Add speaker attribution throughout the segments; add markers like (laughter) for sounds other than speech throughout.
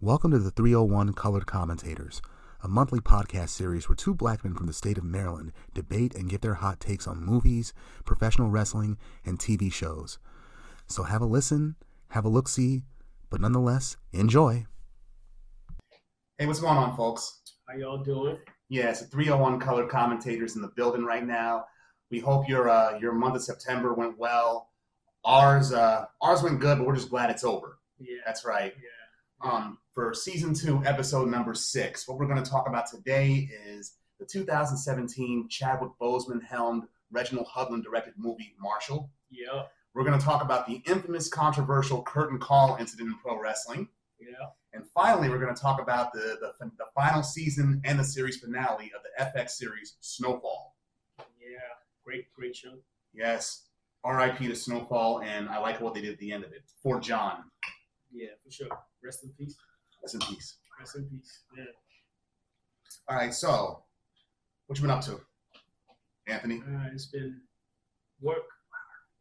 Speaker 1: Welcome to the 301 Colored Commentators, a monthly podcast series where two black men from the state of Maryland debate and give their hot takes on movies, professional wrestling, and TV shows. So have a listen, have a look see, but nonetheless, enjoy.
Speaker 2: Hey, what's going on, folks?
Speaker 3: How y'all doing?
Speaker 2: Yeah, it's the 301 Colored Commentators in the building right now. We hope your uh, your month of September went well. Ours uh, ours went good, but we're just glad it's over.
Speaker 3: Yeah.
Speaker 2: That's right.
Speaker 3: yeah.
Speaker 2: Um, for season two, episode number six, what we're going to talk about today is the 2017 Chadwick Boseman helmed Reginald Hudlin directed movie Marshall.
Speaker 3: Yep.
Speaker 2: We're going to talk about the infamous controversial curtain call incident in pro wrestling.
Speaker 3: Yep.
Speaker 2: And finally, we're going to talk about the, the, fin- the final season and the series finale of the FX series Snowfall.
Speaker 3: Yeah. Great, great show.
Speaker 2: Yes, RIP to Snowfall, and I like what they did at the end of it for John.
Speaker 3: Yeah, for sure. Rest in peace.
Speaker 2: Rest in peace.
Speaker 3: Rest in peace. Yeah.
Speaker 2: All right, so what you been up to, Anthony?
Speaker 3: Uh, it's been work,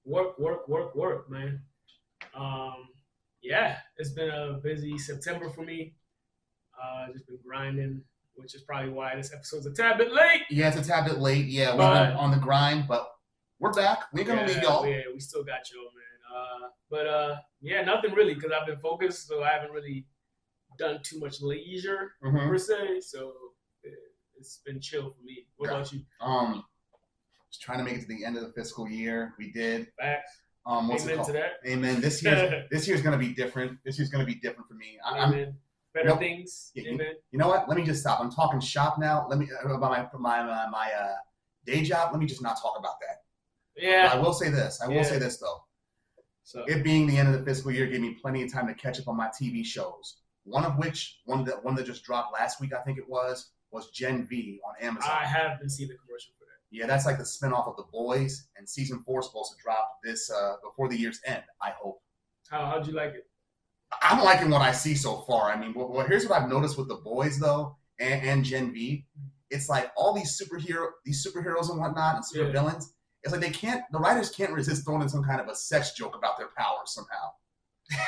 Speaker 3: work, work, work, work, man. Um, yeah, it's been a busy September for me. Uh, just been grinding, which is probably why this episode's a tad bit late.
Speaker 2: Yeah, it's a tad bit late. Yeah, we're
Speaker 3: But-
Speaker 2: on- on the grind, but we're back. We ain't gonna leave
Speaker 3: Yeah,
Speaker 2: y'all.
Speaker 3: Yeah, we still got y'all, man. Uh, but uh, yeah, nothing really, because I've been focused, so I haven't really done too much leisure
Speaker 2: Mhm.
Speaker 3: per se. So eh, it's been chill for me. What about you?
Speaker 2: Um, just trying to make it to the end of the fiscal year. We did.
Speaker 3: Facts.
Speaker 2: Um, what's it
Speaker 3: Amen
Speaker 2: called?
Speaker 3: to that.
Speaker 2: Amen. This
Speaker 3: (laughs)
Speaker 2: year's this year's gonna be different. This year's gonna be different for me. I, I'm
Speaker 3: Amen. Better
Speaker 2: Nope.
Speaker 3: things.
Speaker 2: Yeah, you-
Speaker 3: Amen.
Speaker 2: you know what? Let me just stop. I'm talking shop now. Let me uh, about my my my, my uh, day job. Let me just not talk about that.
Speaker 3: Yeah.
Speaker 2: I will say this. I will
Speaker 3: Yeah.
Speaker 2: say this though.
Speaker 3: So
Speaker 2: It being the end of the fiscal year gave me plenty of time to catch up on my TV shows. One of which, one that one that just dropped last week, I think it was, was Gen V on Amazon.
Speaker 3: I have been seeing the commercial for that.
Speaker 2: Yeah, that's like the spinoff of The Boys, and season four is supposed to drop this uh, before the year's end. I hope.
Speaker 3: How how'd you
Speaker 2: (laughs)
Speaker 3: like it?
Speaker 2: I'm liking what I see so far. I mean, well, well, here's what I've noticed with the boys though, and, and Gen V. It's like all these superhero, these superheroes and whatnot, and
Speaker 3: Yeah.
Speaker 2: supervillains. villains. It's like they can't, the writers can't resist throwing in some kind of a sex joke about their powers somehow.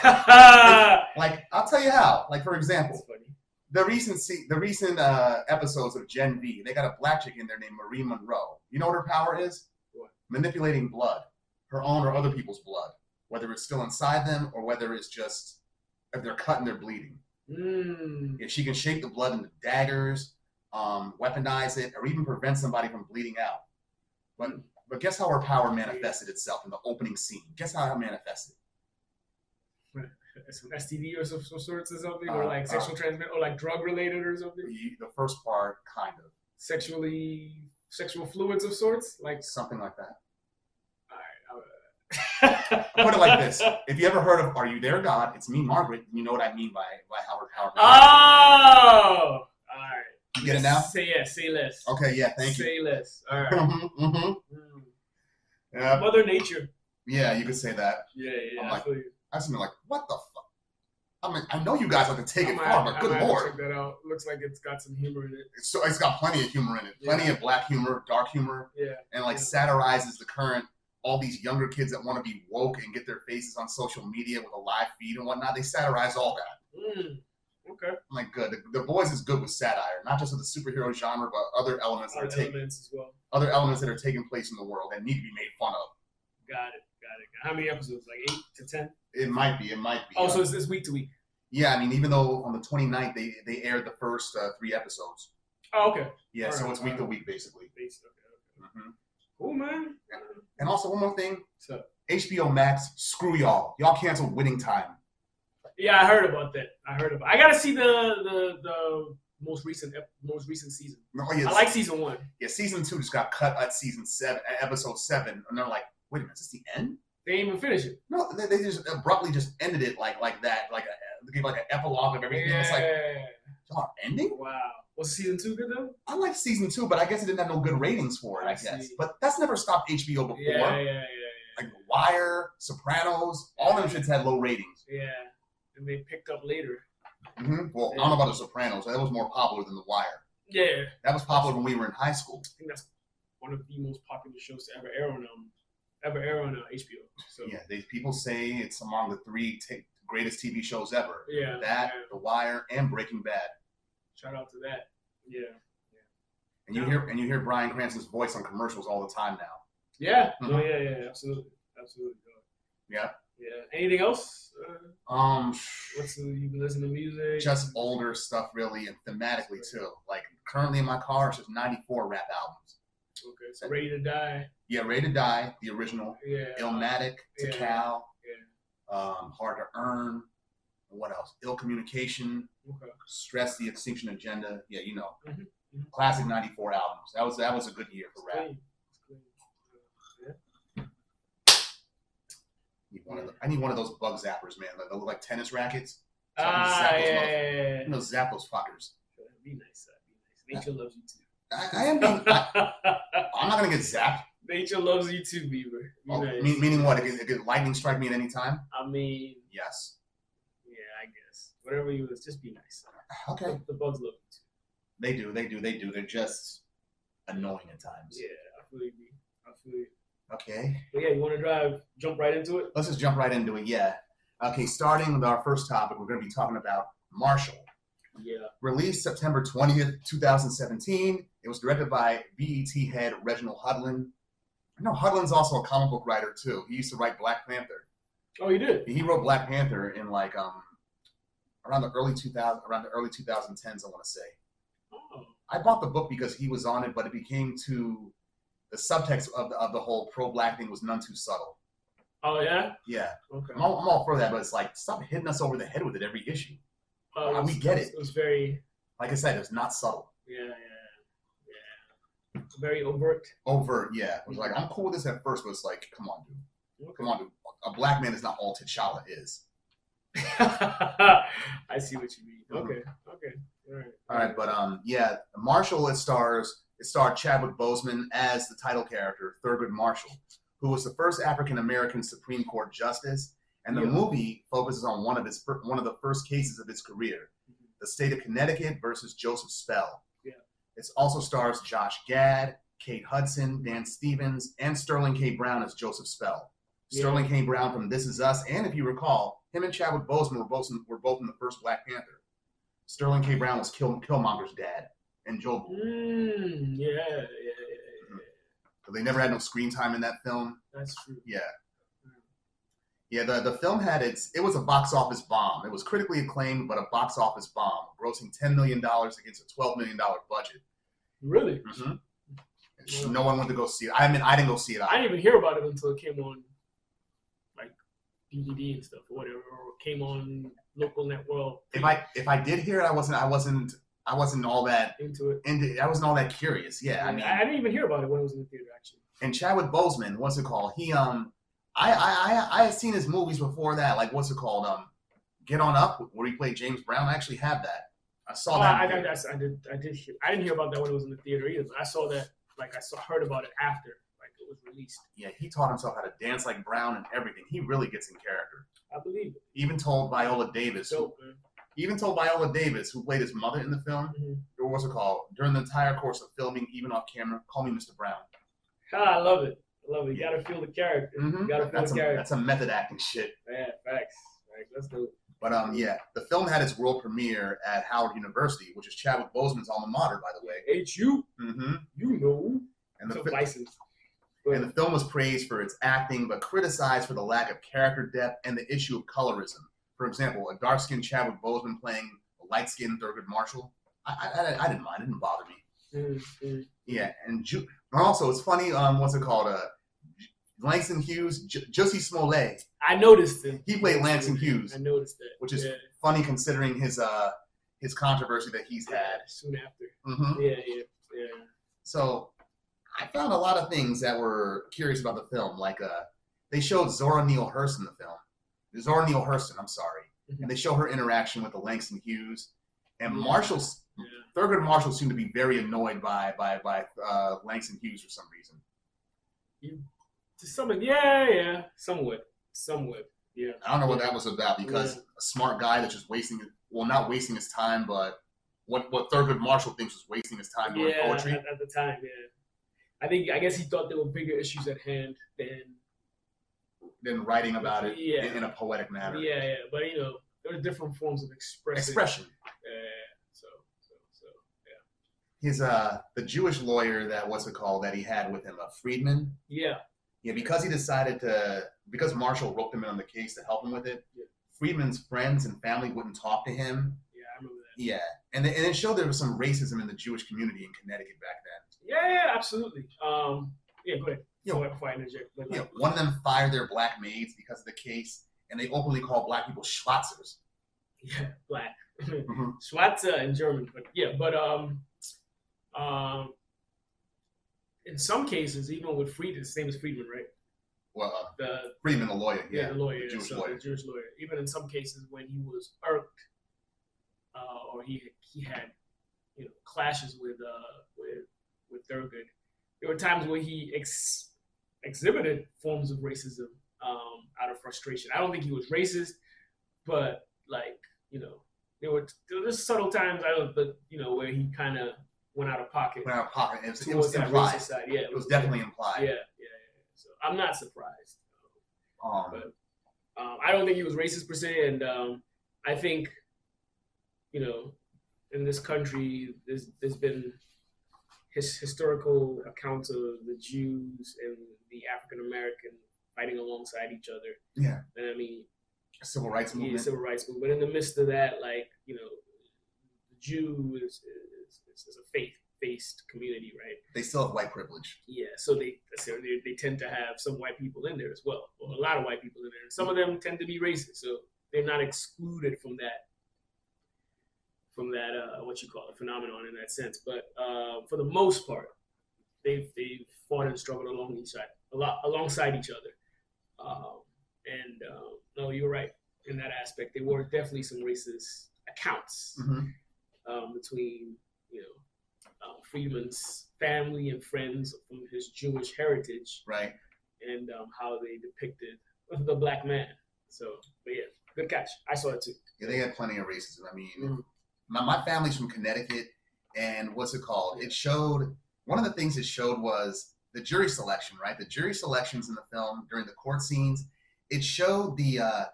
Speaker 3: That's
Speaker 2: Like I'll tell you how. Like for example,
Speaker 3: funny.
Speaker 2: the recent se- the recent uh, episodes of Gen V, they got a black chick in there named Marie Monroe. You know what her power is?
Speaker 3: What?
Speaker 2: Manipulating blood, her own or other people's blood, whether it's still inside them or whether it's just if they're cut and they're bleeding.
Speaker 3: Mm.
Speaker 2: If she can shape the blood into daggers, um, weaponize it, or even prevent somebody from bleeding out. But but guess how her power manifested itself in the opening scene? Guess how it manifested?
Speaker 3: Some STD or some, some sorts or something,
Speaker 2: Uh,
Speaker 3: or like
Speaker 2: uh.
Speaker 3: sexual transmit, or like drug related or something.
Speaker 2: You- The first part, kind of,
Speaker 3: Sexually, sexual fluids of sorts.
Speaker 2: (laughs)
Speaker 3: Like,
Speaker 2: something like that.
Speaker 3: put Oh!
Speaker 2: Put it like this: If you ever heard of "Are You There, God?" It's me, Margaret. You know what I mean by by Howard Howard.
Speaker 3: Oh, all right.
Speaker 2: you get it now?
Speaker 3: Say yes. Say less.
Speaker 2: Okay, yeah, thank (laughs) you.
Speaker 3: Say less. All right.
Speaker 2: hmm hmm
Speaker 3: Mm.
Speaker 2: Yeah,
Speaker 3: Mother Nature.
Speaker 2: yeah, you could say that.
Speaker 3: Yeah,
Speaker 2: I'm
Speaker 3: yeah. I
Speaker 2: like,
Speaker 3: feel you.
Speaker 2: I just been like, what the fuck? I mean, I know you guys like to take
Speaker 3: I
Speaker 2: it
Speaker 3: might-
Speaker 2: far, but
Speaker 3: I
Speaker 2: good
Speaker 3: might have to
Speaker 2: lord,
Speaker 3: Check that out. Looks like it's got some humor in it.
Speaker 2: It's so it's got plenty of humor in it, plenty
Speaker 3: Yeah.
Speaker 2: of black humor, dark humor,
Speaker 3: Yeah.
Speaker 2: and like satirizes the current all these younger kids that want to be woke and get their faces on social media with a live feed and whatnot. They satirize all that.
Speaker 3: Mm. Okay.
Speaker 2: I'm like, good. The, the boys is good with satire, not just with the superhero genre, but other elements that are
Speaker 3: Other
Speaker 2: taken.
Speaker 3: elements as well.
Speaker 2: other elements that are taking place in the world that need to be made fun of.
Speaker 3: Got it. Got it. How many episodes? Like eight to ten.
Speaker 2: It might be, it might be.
Speaker 3: Oh, so it's this week to week.
Speaker 2: yeah, I mean, even though on the 29th they, they aired the first uh, three episodes.
Speaker 3: Oh, okay.
Speaker 2: Yeah, so
Speaker 3: Alright,
Speaker 2: it's week to
Speaker 3: alright.
Speaker 2: week basically.
Speaker 3: Based, okay. okay.
Speaker 2: Mhm.
Speaker 3: Cool, man.
Speaker 2: And also one more thing,
Speaker 3: So
Speaker 2: HBO Max, screw y'all. Y'all canceled Winning Time.
Speaker 3: yeah, I heard about that. I heard about. I gotta see the the the most recent ep- most recent season.
Speaker 2: No, yes,
Speaker 3: I like season one.
Speaker 2: yeah, season two just got cut at season seven, at episode seven, and they're like, wait a minute, is this the end?
Speaker 3: They didn't even finish it.
Speaker 2: No, they, they just abruptly just ended it like like that, like a, they gave like an epilogue of everything. It's like
Speaker 3: Yeah.
Speaker 2: y'all are ending.
Speaker 3: Wow. Was season two good though?
Speaker 2: I liked season two, but I guess it didn't have no good ratings for it. I,
Speaker 3: I
Speaker 2: guess,
Speaker 3: see.
Speaker 2: but that's never stopped HBO before.
Speaker 3: Yeah, yeah, yeah, yeah.
Speaker 2: Like The Wire, Sopranos, all them shits had low ratings.
Speaker 3: Yeah. And they picked up later.
Speaker 2: hmm Well, I don't know about The Sopranos. That was more popular than The Wire.
Speaker 3: Yeah. I
Speaker 2: That was popular when we were in high school.
Speaker 3: think that's one of the most popular shows to ever air on um, ever air on uh, HBO. So
Speaker 2: Yeah, they, people say it's among the three t- greatest TV shows ever.
Speaker 3: Yeah.
Speaker 2: That,
Speaker 3: yeah.
Speaker 2: The Wire, and Breaking Bad.
Speaker 3: Shout out to that. Yeah.
Speaker 2: And you
Speaker 3: Yeah.
Speaker 2: hear and you hear Brian Cranston's voice on commercials all the time now.
Speaker 3: Yeah. No.
Speaker 2: Mhm.
Speaker 3: Yeah. Yeah. Absolutely. Absolutely. dog.
Speaker 2: Yeah.
Speaker 3: Yeah. Anything else? Uh,
Speaker 2: Um,
Speaker 3: what's the, you been listening to music?
Speaker 2: just older stuff really, and thematically too. Like currently in my car, it's just '94 rap albums.
Speaker 3: Okay. So ready to die.
Speaker 2: Yeah, Ready to Die, the original,
Speaker 3: Yeah.
Speaker 2: Illmatic,
Speaker 3: Yeah.
Speaker 2: Tikal, um, Hard to Earn. What else? Ill Communication,
Speaker 3: Okay.
Speaker 2: Stress, the Extinction Agenda. Yeah, you know,
Speaker 3: Mhm, mhm.
Speaker 2: classic '94 albums. That was that was a good year for rap. E.
Speaker 3: Clean. Clean.
Speaker 2: Need one of the- I need one of those bug zappers, man. Like, they look like tennis rackets. So I can
Speaker 3: Ah,
Speaker 2: zap
Speaker 3: yeah,
Speaker 2: those
Speaker 3: yeah, yeah,
Speaker 2: You know, zap those fuckers.
Speaker 3: yeah. Be nice, son. Be nice. Nature loves you too.
Speaker 2: I, I am. Being, I, (laughs) I'm not gonna get zapped.
Speaker 3: (laughs) Nature loves you too, Beaver. Be
Speaker 2: Oh,
Speaker 3: (laughs) nice.
Speaker 2: mean, meaning what? It could, it could lightning strike me at any time?
Speaker 3: I mean,
Speaker 2: Yes.
Speaker 3: yeah, I guess. Whatever you is, just be nice. son.
Speaker 2: Okay.
Speaker 3: The, the bugs love you too.
Speaker 2: They do. They do. They do. They're just annoying at times.
Speaker 3: Yeah, I feel you. B. I feel you.
Speaker 2: Okay.
Speaker 3: But yeah, you want to drive? Jump right into it.
Speaker 2: Let's just jump right into it. Yeah. Okay. Starting with our first topic, we're going to be talking about Marshall.
Speaker 3: Yeah.
Speaker 2: Released September 20th, 2017. It was directed by BET head Reginald Hudlin. I know Hudlin's also a comic book writer too. He used to write Black Panther.
Speaker 3: Oh, you did.
Speaker 2: He wrote Black Panther in like um around the early 2000 around the early 2010s. I want to say.
Speaker 3: Oh.
Speaker 2: I bought the book because he was on it, but it became too. The subtext of the, of the whole pro black thing was none too subtle.
Speaker 3: Oh yeah.
Speaker 2: Yeah,
Speaker 3: Okay.
Speaker 2: I'm all, I'm all for that, but it's like stop hitting us over the head with it every issue.
Speaker 3: Well, Oh, it
Speaker 2: we
Speaker 3: was-
Speaker 2: get
Speaker 3: it. was- It was very.
Speaker 2: Like I said, it's not subtle,
Speaker 3: Yeah. Yeah. Yeah. Very overt.
Speaker 2: overt. Yeah, it was like I'm cool with this at first, but it's like, come on, dude, come on, dude. A black man is not all T'Challa is.
Speaker 3: (laughs) I see what you mean.
Speaker 2: Mhm.
Speaker 3: Okay. Okay. All right.
Speaker 2: All right, but um, yeah, Marshall. It stars it starred Chadwick Boseman as the title character, Thurgood Marshall, who was the first African American Supreme Court justice. And the
Speaker 3: Yeah.
Speaker 2: movie focuses on one of his fir- one of the first cases of his career,
Speaker 3: Mhm.
Speaker 2: the state of Connecticut versus Joseph Spell.
Speaker 3: Yeah.
Speaker 2: It also stars Josh Gad, Kate Hudson, Dan Stevens, and Sterling K. Brown as Joseph Spell.
Speaker 3: Yeah.
Speaker 2: Sterling K. Brown from This Is Us, and if you recall, him and Chadwick Boseman were both in, were both in the first Black Panther. Sterling K. Brown was Kill, Killmonger's dad, and Joel. Because
Speaker 3: Mm, yeah, yeah, yeah, yeah.
Speaker 2: Mm-hmm. they never had no screen time in that film.
Speaker 3: That's true.
Speaker 2: Yeah, yeah. The the film had its it was a box office bomb. It was critically acclaimed, but a box office bomb, grossing ten million dollars against a twelve million dollar budget.
Speaker 3: Really?
Speaker 2: Mm-hmm. And No one went to go see it. I mean, I didn't go see it.
Speaker 3: I
Speaker 2: either.
Speaker 3: didn't even hear about it until it came on, like DVD and stuff or whatever, or came on local network.
Speaker 2: If I if I did hear it, I wasn't I wasn't I wasn't all that
Speaker 3: into it.
Speaker 2: into I wasn't all that curious. Yeah, I mean,
Speaker 3: I didn't even hear about it when it was in the theater. Actually,
Speaker 2: and Chadwick Boseman, what's it called? He um, I I I, I had seen his movies before that. Like what's it called? Um, Get on Up, where he played James Brown. I actually have that. I saw
Speaker 3: Oh,
Speaker 2: that.
Speaker 3: I,
Speaker 2: in the
Speaker 3: I,
Speaker 2: theater.
Speaker 3: I- I did. I did. Hear, I didn't hear about that when it was in the theater either. But I saw that. Like I saw, heard about it after, like it was released.
Speaker 2: yeah, he taught himself how to dance like Brown and everything. He really gets in character.
Speaker 3: I believe it.
Speaker 2: Even told Viola Davis, who,
Speaker 3: Dope, man.
Speaker 2: even told Viola Davis, who played his mother in the film,
Speaker 3: Mhm.
Speaker 2: or what's it called? During the entire course of filming, even off camera, call me Mr. Brown.
Speaker 3: Ah, (laughs) I love it. I love it. You gotta feel the character.
Speaker 2: Mhm.
Speaker 3: Gotta feel
Speaker 2: That's
Speaker 3: the
Speaker 2: some
Speaker 3: character.
Speaker 2: that's some method acting shit.
Speaker 3: Yeah, facts. Like, let's do it.
Speaker 2: But um, yeah, the film had its world premiere at Howard University, which is Chadwick Boseman's alma mater, by the way.
Speaker 3: H you,
Speaker 2: Mm-hmm.
Speaker 3: you know.
Speaker 2: And the,
Speaker 3: so
Speaker 2: fi-
Speaker 3: license.
Speaker 2: and the film was praised for its acting, but criticized for the lack of character depth and the issue of colorism. For example, a dark-skinned Chadwick Boseman playing a light-skinned Thurgood Marshall. I, I, I, I didn't mind; it didn't bother me.
Speaker 3: Mm, mm.
Speaker 2: Yeah, and Ju- and also it's funny. Um, what's it called? Uh, J- Langston Hughes, J- Jussie Smollett.
Speaker 3: I noticed it. Mm-hmm.
Speaker 2: He played Langston
Speaker 3: I
Speaker 2: Hughes.
Speaker 3: noticed that.
Speaker 2: Which is-
Speaker 3: yeah,
Speaker 2: Funny considering his uh his controversy that he's had.
Speaker 3: soon after.
Speaker 2: hmm
Speaker 3: Yeah, yeah, yeah.
Speaker 2: So I found a lot of things that were curious about the film. Like uh, they showed Zora Neale Hurston in the film. Zora Neale Hurston, I'm sorry.
Speaker 3: Mm-hmm.
Speaker 2: And they show her interaction with the Langston Hughes. And
Speaker 3: Yeah.
Speaker 2: Marshall,
Speaker 3: yeah.
Speaker 2: Thurgood Marshall seemed to be very annoyed by by by uh, Langston Hughes for some reason.
Speaker 3: To some, yeah, yeah, somewhat, somewhat. Yeah,
Speaker 2: I don't know what that was about because
Speaker 3: Yeah.
Speaker 2: a smart guy that's just wasting, well, not wasting his time, but what what Thurgood Marshall thinks was wasting his time doing
Speaker 3: yeah.
Speaker 2: poetry.
Speaker 3: At, at the time, yeah. I think I guess he thought there were bigger issues at hand than
Speaker 2: than writing about it
Speaker 3: Yeah.
Speaker 2: in, in a poetic manner.
Speaker 3: Yeah, yeah, but you know, there are different forms of expressing.
Speaker 2: Expression.
Speaker 3: Yeah, so, so, so.
Speaker 2: His uh, the Jewish lawyer that what's it called that he had with him, a Friedman.
Speaker 3: Yeah,
Speaker 2: Yeah, because he decided to, because Marshall roped him in on the case to help him with it,
Speaker 3: Yeah.
Speaker 2: Friedman's friends and family wouldn't talk to him.
Speaker 3: yeah, I remember that.
Speaker 2: Yeah. And, it- and it showed there was some racism in the Jewish community in Connecticut back then.
Speaker 3: Yeah, yeah, absolutely. Um, yeah, go ahead.
Speaker 2: Yeah.
Speaker 3: Go ahead, before I interject. But
Speaker 2: You know,
Speaker 3: like,
Speaker 2: one of them fired their black maids because of the case, and they openly called black people schlotzers.
Speaker 3: yeah, (laughs) black. (laughs)
Speaker 2: Mhm.
Speaker 3: Schwarze in German, but yeah, but um, um, in some cases, even with Friedman, his name is Friedman, right?
Speaker 2: Well, uh,
Speaker 3: The
Speaker 2: Friedman, the lawyer,
Speaker 3: yeah,
Speaker 2: yeah.
Speaker 3: the lawyer,
Speaker 2: the Jewish
Speaker 3: so
Speaker 2: lawyer.
Speaker 3: the Jewish lawyer. Even in some cases, when he was irked, uh, or he he had you know clashes with uh with with Thurgood, there were times where he ex- exhibited forms of racism um, out of frustration. I don't think he was racist, but like you know, there were there were just subtle times I don't, but you know, where he kind of went out of pocket
Speaker 2: Went out of pocket. and It was, it
Speaker 3: towards
Speaker 2: was
Speaker 3: that
Speaker 2: implied.
Speaker 3: racist side. Yeah,
Speaker 2: It was definitely
Speaker 3: yeah,
Speaker 2: implied.
Speaker 3: yeah, yeah. yeah. So I'm not surprised.
Speaker 2: Um,
Speaker 3: But- Um, I don't think he was racist per se, and um, I think, you know, in this country, there's, there's been his historical accounts of the Jews and the African American fighting alongside each other.
Speaker 2: yeah.
Speaker 3: And I mean,
Speaker 2: Civil rights
Speaker 3: yeah,
Speaker 2: movement.
Speaker 3: civil rights movement. In the midst of that, like you know, the Jew is is, is, is a faith based community, right?
Speaker 2: they still have white privilege.
Speaker 3: Yeah, so they, so they they tend to have some white people in there as well, or a lot of white people in there. And some of them tend to be racist, so they're not excluded from that from that uh, what you call it phenomenon in that sense. But uh, for the most part, they've they've fought and struggled along each side a lot alongside each other. Um, and uh, no, you're right in that aspect. There were definitely some racist accounts
Speaker 2: Mhm.
Speaker 3: um, between you know uh, Friedman's family and friends from his Jewish heritage
Speaker 2: Right.
Speaker 3: and um, how they depicted the black man. So, but yeah, good catch. I saw it too.
Speaker 2: Yeah, they had plenty of racism. I mean,
Speaker 3: Mhm.
Speaker 2: my, my family's from Connecticut, and what's it called? It showed one of the things it showed was the jury selection, right? The jury selections in the film during the court scenes. It showed the uh,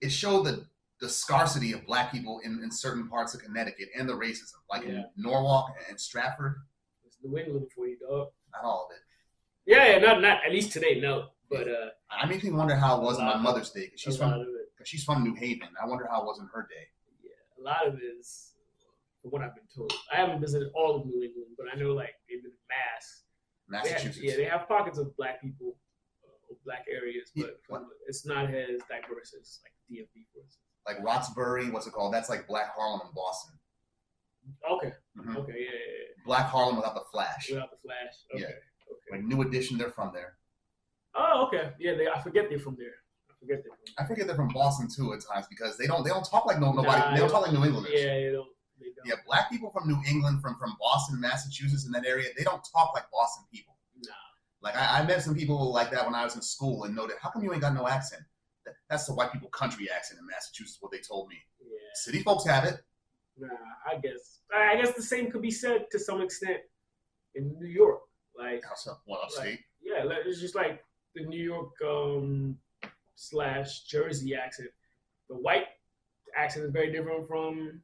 Speaker 2: it showed the the scarcity of black people in, in certain parts of Connecticut and the racism, like in
Speaker 3: Yeah.
Speaker 2: Norwalk and Stratford,
Speaker 3: It's New England for you, dog.
Speaker 2: not all of it.
Speaker 3: Yeah, yeah, not not at least today, no. But uh,
Speaker 2: I makes me wonder how it was on
Speaker 3: A lot
Speaker 2: my
Speaker 3: of-
Speaker 2: mother's day because she's
Speaker 3: a lot
Speaker 2: from
Speaker 3: of it,
Speaker 2: cause she's from New Haven. I wonder how it was on her day.
Speaker 3: a lot of it is from what I've been told. I haven't visited all of New England, but I know like in Mass, They have-
Speaker 2: Massachusetts.
Speaker 3: yeah, they have pockets of black people, uh, or black areas,
Speaker 2: Yeah,
Speaker 3: but from- it's not as diverse as like DMV, for instance.
Speaker 2: like Roxbury, what's it called? That's like Black Harlem in Boston.
Speaker 3: Okay,
Speaker 2: Mhm.
Speaker 3: okay, yeah, yeah, yeah.
Speaker 2: Black Harlem without the flash.
Speaker 3: Without the flash. Okay,
Speaker 2: Yeah.
Speaker 3: okay.
Speaker 2: Like New Edition, they're from there.
Speaker 3: Oh, okay. Yeah, they, I forget they're from there. I forget they're from
Speaker 2: I forget they're from Boston too at times because they don't they don't talk like no nobody
Speaker 3: Nah,
Speaker 2: they don't
Speaker 3: they
Speaker 2: talk like New
Speaker 3: there.
Speaker 2: Englanders.
Speaker 3: Yeah, they don't. They don't.
Speaker 2: Yeah, black people from New England, from from Boston, Massachusetts, in that area, they don't talk like Boston people.
Speaker 3: Nah.
Speaker 2: Like I, I met some people like that when I was in school and noted, how come you ain't got no accent? That, that's the white people country accent in Massachusetts, what they told me.
Speaker 3: Yeah.
Speaker 2: City folks have it.
Speaker 3: Nah, I guess. I I guess the same could be said to some extent in New York. Like,
Speaker 2: House up, well, upstate.
Speaker 3: yeah, like, it's just like the New York um, slash Jersey accent. The white accent is very different from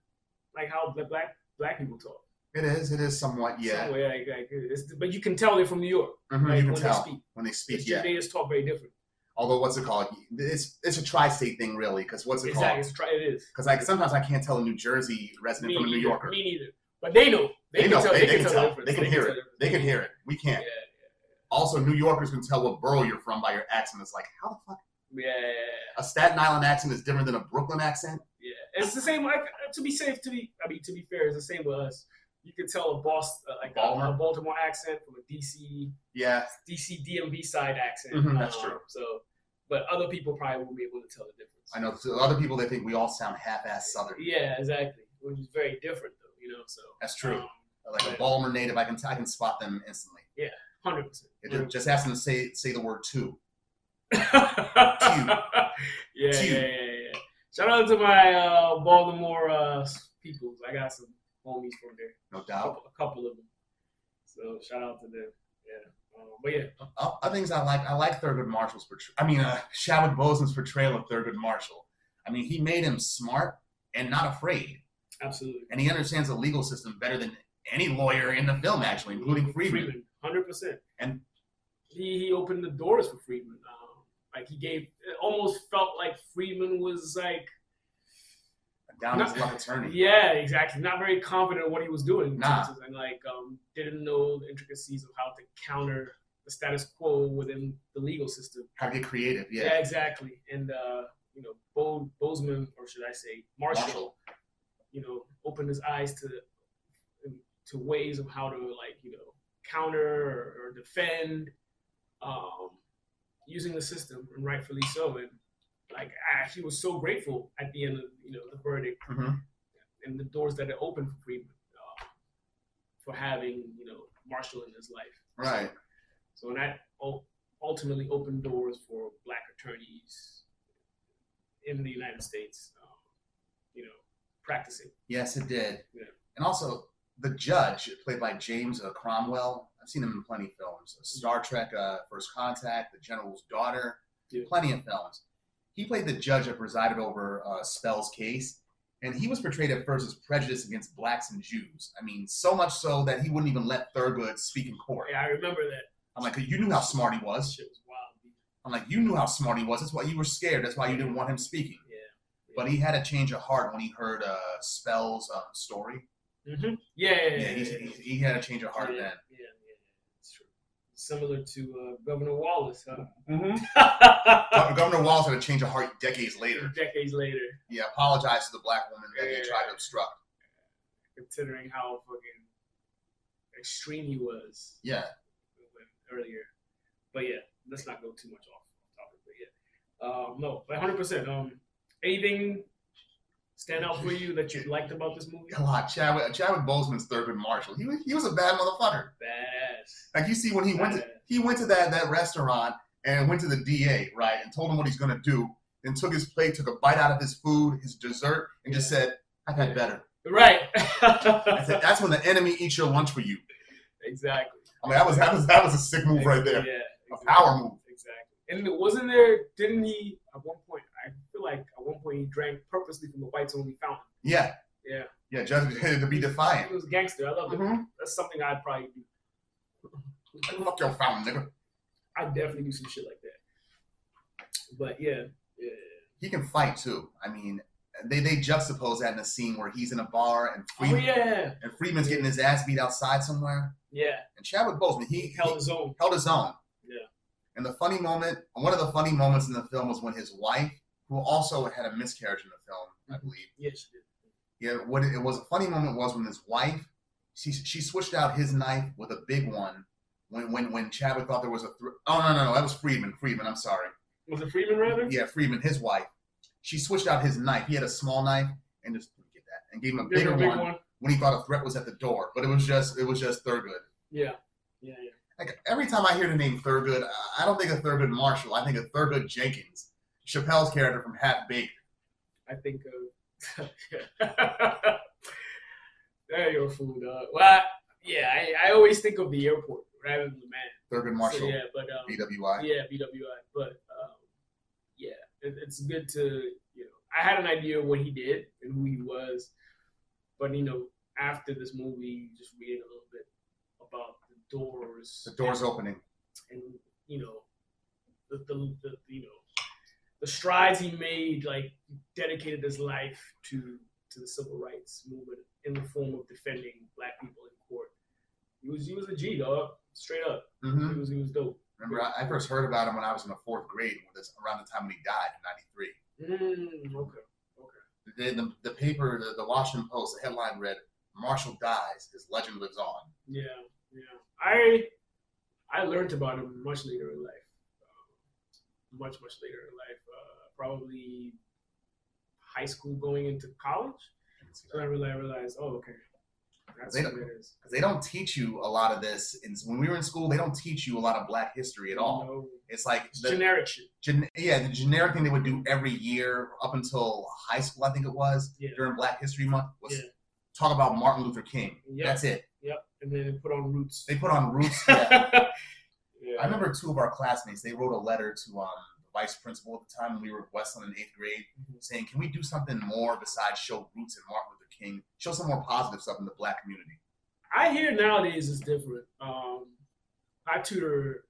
Speaker 3: like how the black black people talk.
Speaker 2: It is, it is somewhat, yeah.
Speaker 3: Some way, like, like, it's, but you can tell they're from New York.
Speaker 2: Mhm,
Speaker 3: Like,
Speaker 2: you can
Speaker 3: when
Speaker 2: tell
Speaker 3: they speak,
Speaker 2: when they
Speaker 3: It's
Speaker 2: speak,
Speaker 3: just-
Speaker 2: yeah.
Speaker 3: they just talk very different.
Speaker 2: Although what's it called? It's it's a tri-state thing really, because what's it
Speaker 3: Exactly,
Speaker 2: called?
Speaker 3: it's, tri- it is.
Speaker 2: Because like sometimes I can't tell a New Jersey resident
Speaker 3: Me
Speaker 2: from a New
Speaker 3: neither,
Speaker 2: Yorker.
Speaker 3: Me neither. But they know.
Speaker 2: They, know
Speaker 3: Tell,
Speaker 2: they, they can
Speaker 3: the
Speaker 2: tell.
Speaker 3: difference.
Speaker 2: They can hear
Speaker 3: tell
Speaker 2: it.
Speaker 3: the
Speaker 2: They can hear
Speaker 3: difference.
Speaker 2: it. We
Speaker 3: Yeah,
Speaker 2: can't. Also, New Yorkers can tell what borough you're from by your accent. It's like how the fuck
Speaker 3: yeah, yeah. yeah.
Speaker 2: a Staten Island accent is different than a Brooklyn accent.
Speaker 3: Yeah, it's the same. Like to be safe, to be I mean to be fair, it's the same with us. You can tell a Boston, uh, like a,
Speaker 2: Baltimore.
Speaker 3: a Baltimore accent from a DC
Speaker 2: Yeah,
Speaker 3: DC DMV side accent. Um,
Speaker 2: Mhm, that's true.
Speaker 3: So, but other people probably won't be able to tell the difference.
Speaker 2: I know. So other people they think we all sound half-ass Southern.
Speaker 3: Yeah, exactly. Which is very different, though. You know, so Um,
Speaker 2: That's true. Like
Speaker 3: Yeah.
Speaker 2: a Balmer native, I can I can spot them instantly.
Speaker 3: Hundred percent.
Speaker 2: It just, just ask them to say say the word two.
Speaker 3: (laughs) yeah, yeah, yeah,
Speaker 2: Two.
Speaker 3: yeah. Shout out to my uh, Baltimore uh, people. I got some homies from there.
Speaker 2: No
Speaker 3: a
Speaker 2: doubt.
Speaker 3: couple, a couple of them. So shout out to them. Uh, but yeah,
Speaker 2: Uh, other things I like, I like Thurgood Marshall's portrayal. I mean, uh, Chadwick Boseman's portrayal of Thurgood Marshall. I mean, he made him smart and not afraid,
Speaker 3: absolutely.
Speaker 2: and he understands the legal system better than any lawyer in the film, actually, including Freeman.
Speaker 3: hundred percent.
Speaker 2: And-
Speaker 3: he he opened the doors for Freeman. Um, like he gave, it almost felt like Freeman was like,
Speaker 2: Down his luck attorney.
Speaker 3: yeah, exactly, not very confident in what he was doing. in
Speaker 2: Nah.
Speaker 3: terms of- and like um, didn't know the intricacies of how to counter the status quo within the legal system.
Speaker 2: How to get creative?
Speaker 3: Yeah,
Speaker 2: Yeah,
Speaker 3: exactly. And uh, you know, Bo Bozeman, or should I say Marshall,
Speaker 2: Marshall.
Speaker 3: you know, opened his eyes to to ways of how to like you know counter or, or defend um, using the system, and rightfully so. And like I, he was so grateful at the end of you know the verdict
Speaker 2: Mhm.
Speaker 3: and the doors that it opened for Freeman uh, for having you know Marshall in his life.
Speaker 2: Right.
Speaker 3: So and that ul- ultimately opened doors for black attorneys in the United States, um, you know, practicing.
Speaker 2: Yes, it did.
Speaker 3: Yeah.
Speaker 2: And also, the judge, played by James uh, Cromwell, I've seen him in plenty of films Star Trek uh, First Contact, The General's Daughter,
Speaker 3: Yeah.
Speaker 2: plenty of films. He played the judge that presided over uh, Spell's case, and he was portrayed at first as prejudiced against blacks and Jews. I mean, so much so that he wouldn't even let Thurgood speak in court.
Speaker 3: Yeah, I remember that.
Speaker 2: I'm like, you knew how smart he
Speaker 3: That
Speaker 2: was.
Speaker 3: shit was wild. dude.
Speaker 2: I'm like, you knew how smart he was. That's why you were scared. That's why you didn't want him speaking.
Speaker 3: Yeah.
Speaker 2: But he had a change of heart when he heard uh, Spell's um, story.
Speaker 3: hmm Yeah.
Speaker 2: Yeah,
Speaker 3: Yeah. Yeah.
Speaker 2: he's,
Speaker 3: yeah,
Speaker 2: he's, he had a change of heart
Speaker 3: yeah,
Speaker 2: then.
Speaker 3: Yeah, yeah, It's true. Similar to uh, Governor Wallace,
Speaker 2: Mm-hmm.
Speaker 3: huh?
Speaker 2: Governor Wallace had a change of heart decades later.
Speaker 3: (laughs) Decades later,
Speaker 2: Yeah, apologized to the black woman that he
Speaker 3: Yeah.
Speaker 2: tried to obstruct.
Speaker 3: considering how fucking extreme he was.
Speaker 2: Yeah,
Speaker 3: earlier. But yeah, let's not go too much off topic. But yeah, um, no, but 100. percent Um, anything stand out for you that you liked about this
Speaker 2: (laughs)
Speaker 3: movie?
Speaker 2: God, Chadwick, Chadwick Boseman's Thurgood Marshall. He was, he was a bad motherfucker.
Speaker 3: Badass.
Speaker 2: Like you see when he went to he went to that that restaurant and went to the DA right and told him what he's gonna do. Then took his plate, took a bite out of his food, his dessert, and just said, "I've had better."
Speaker 3: Right.
Speaker 2: I said, "That's when the enemy eats your lunch for you."
Speaker 3: (laughs) exactly.
Speaker 2: I mean, that was that was that was a sick move right there,
Speaker 3: Yeah.
Speaker 2: a
Speaker 3: exactly.
Speaker 2: power move.
Speaker 3: Exactly. And it wasn't there? Didn't he at one point? I feel like at one point he drank purposely from the whites only fountain.
Speaker 2: Yeah,
Speaker 3: Yeah. Mm-hmm.
Speaker 2: yeah, just (laughs) to be defiant.
Speaker 3: He was gangster. I love it.
Speaker 2: Mhm.
Speaker 3: That's something I'd probably do.
Speaker 2: Fuck your fountain, nigga.
Speaker 3: I definitely do some shit like that. But yeah, yeah.
Speaker 2: He can fight too. I mean, they they juxtapose that in a scene where he's in a bar and
Speaker 3: Oh
Speaker 2: Freeman,
Speaker 3: yeah,
Speaker 2: and Freeman's getting his ass beat outside somewhere,
Speaker 3: yeah.
Speaker 2: and Chadwick Boseman he,
Speaker 3: He
Speaker 2: he
Speaker 3: held his own.
Speaker 2: held his own.
Speaker 3: Yeah.
Speaker 2: And the funny moment, one of the funny moments in the film was when his wife, who also had a miscarriage in the film, I
Speaker 3: Mhm.
Speaker 2: believe.
Speaker 3: Yes, he did.
Speaker 2: Yeah, what it, it was a funny moment was when his wife, she she switched out his knife with a big one. When when when Chadwick thought there was a thr oh no no no that was Freeman Freeman I'm sorry.
Speaker 3: Was it Freeman rather?
Speaker 2: Yeah, Freeman, his wife. She switched out his knife. He had a small knife and just let me get that and gave him a
Speaker 3: Give him
Speaker 2: bigger
Speaker 3: a big
Speaker 2: one, when he thought a threat was at the door. But it was just it was just Thurgood.
Speaker 3: Yeah, yeah, yeah.
Speaker 2: Like every time I hear the name Thurgood, I- I don't think of Thurgood Marshall. I think of Thurgood Jenkins, Chappelle's character from Half Baked.
Speaker 3: I think uh, (laughs) of. there you're a fool, dog. Well, I, yeah, I, I always think of the airport rather than the man.
Speaker 2: Thurgood
Speaker 3: So,
Speaker 2: Marshall,
Speaker 3: yeah, but um,
Speaker 2: BWI.
Speaker 3: yeah, BWI. But um, yeah, it, it's good to you know. I had an idea of what he did and who he was, but you know, after this movie, just reading a little bit about the doors.
Speaker 2: The door's opening.
Speaker 3: and you know the, the, the you know the strides he made like dedicated his life to to the civil rights movement in the form of defending black people in court he was he was a g dog straight up
Speaker 2: hmm
Speaker 3: he was he was dope
Speaker 2: Remember, I, I first heard about him when I was in the fourth grade, when this, around the time when he died in '93.
Speaker 3: mm, okay
Speaker 2: The, the, the paper, the, the Washington Post, the headline read, Marshall dies, his legend lives on.
Speaker 3: yeah yeah i i learned about him much later in life um, much much later in life uh, probably high school going into college So I realized, I realized oh, okay. That's
Speaker 2: They
Speaker 3: what it is.
Speaker 2: because they don't teach you a lot of this. And when we were in school, they don't teach you a lot of Black history at all.
Speaker 3: No,
Speaker 2: It's like
Speaker 3: it's
Speaker 2: the,
Speaker 3: generic shit.
Speaker 2: gen, yeah, the generic thing they would do every year up until high school, I think it was
Speaker 3: Yeah.
Speaker 2: during Black History Month, was
Speaker 3: Yeah.
Speaker 2: talk about Martin Luther King.
Speaker 3: Yeah.
Speaker 2: That's it.
Speaker 3: Yep. And then put on roots. (laughs)
Speaker 2: They put on roots. Yeah. I remember two of our classmates. They wrote a letter to um, the vice principal at the time when we were at Westland in eighth grade,
Speaker 3: Mhm.
Speaker 2: saying, "Can we do something more besides show roots and Martin Luther King? Show some more positive stuff in the black community."
Speaker 3: I hear nowadays it's different. Um, I tutor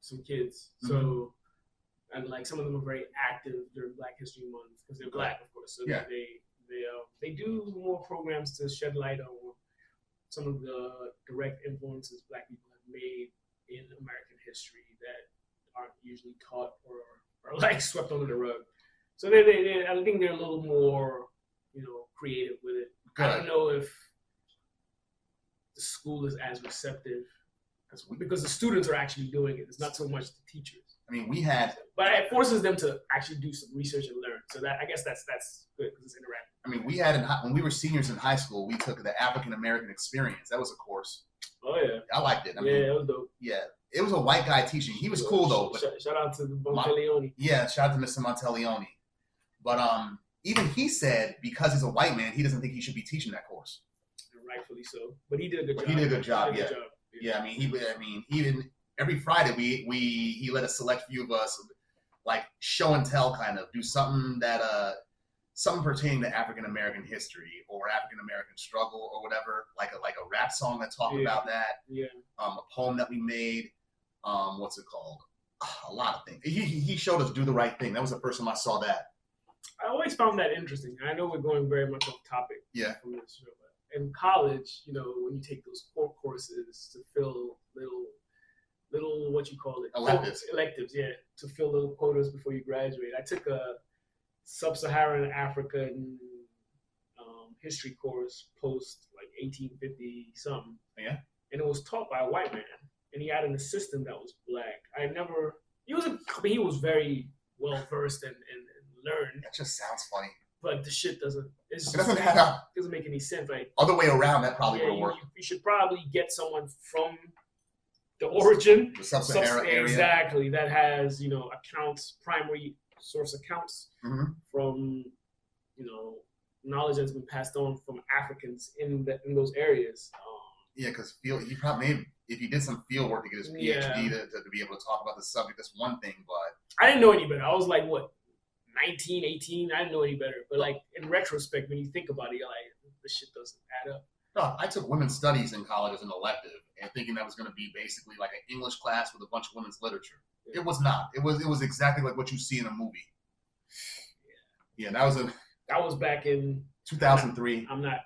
Speaker 3: some kids, so and like some of them are very active during Black History Month because they're black, of course. So
Speaker 2: Yeah.
Speaker 3: they they uh, they do more programs to shed light on some of the direct influences Black people have made in American history that aren't usually caught or (laughs) are like swept under the rug. So they, they, they I think they're a little more you know creative with it. I don't
Speaker 2: Good,
Speaker 3: know if the school is as receptive
Speaker 2: because we,
Speaker 3: because the students are actually doing it. It's not so much the teachers,
Speaker 2: I mean, we had,
Speaker 3: but it forces them to actually do some research and learn. So that I guess that's that's good because it's interactive.
Speaker 2: I mean, we had in high, when we were seniors in high school, we took the African American experience. That was a course.
Speaker 3: Oh yeah,
Speaker 2: I liked it. I mean,
Speaker 3: yeah,
Speaker 2: yeah.
Speaker 3: that was dope.
Speaker 2: it was a white guy teaching. He was cool though, but
Speaker 3: Shout, shout out to the
Speaker 2: My-
Speaker 3: Bonfilioni.
Speaker 2: Yeah, shout out to Mr. Monteleone. But um, even he said because he's a white man, he doesn't think he should be teaching that course.
Speaker 3: rightfully so. But he did a good
Speaker 2: But
Speaker 3: job.
Speaker 2: he did a good job,
Speaker 3: He did a
Speaker 2: Yeah, I mean, he, I mean, even every Friday we we he let a select few of us like show and tell kind of do something that uh something pertaining to African American history or African American struggle or whatever, like a like a rap song that talked
Speaker 3: Yeah.
Speaker 2: about that,
Speaker 3: Yeah,
Speaker 2: um, a poem that we made, um, what's it called? Ah, A lot of things. He, he he showed us do the right thing. That was the first time I saw that.
Speaker 3: I always found that interesting. I know we're going very much off topic.
Speaker 2: Yeah.
Speaker 3: From this show, but in college, you know, when you take those core courses to fill little, little what you call it
Speaker 2: Electives.
Speaker 3: quotas- electives, yeah, to fill little quotas before you graduate. I took a sub-Saharan African um, history course post like 1850 something.
Speaker 2: Yeah.
Speaker 3: And it was taught by a white man, and he had an assistant that was black. I never. He was a, he was very well versed and, and, and learned
Speaker 2: That just sounds funny.
Speaker 3: but the shit doesn't. It's
Speaker 2: It
Speaker 3: just,
Speaker 2: doesn't add up.
Speaker 3: doesn't make any sense. Like,
Speaker 2: other way around, that probably
Speaker 3: yeah,
Speaker 2: would have
Speaker 3: you,
Speaker 2: worked.
Speaker 3: you, you should probably get someone from the origin,
Speaker 2: The sub-Saharan
Speaker 3: subs-
Speaker 2: area.
Speaker 3: exactly, that has you know accounts, primary source accounts
Speaker 2: Mhm.
Speaker 3: from you know knowledge that's been passed on from Africans in the, in those areas. Um,
Speaker 2: Yeah, because field he probably maybe if he did some field work to get his PhD
Speaker 3: Yeah.
Speaker 2: to, to, to be able to talk about the subject, that's one thing. But
Speaker 3: I didn't know any better. I was like what. 19, 18, I didn't know any better. But like in retrospect, when you think about it, you're like, this shit doesn't add up.
Speaker 2: no, I took women's studies in college as an elective, and thinking that was going to be basically like an English class with a bunch of women's literature. It was not. It was it was exactly like what you see in a movie. Yeah, that was in
Speaker 3: That was back in
Speaker 2: 2003.
Speaker 3: I'm not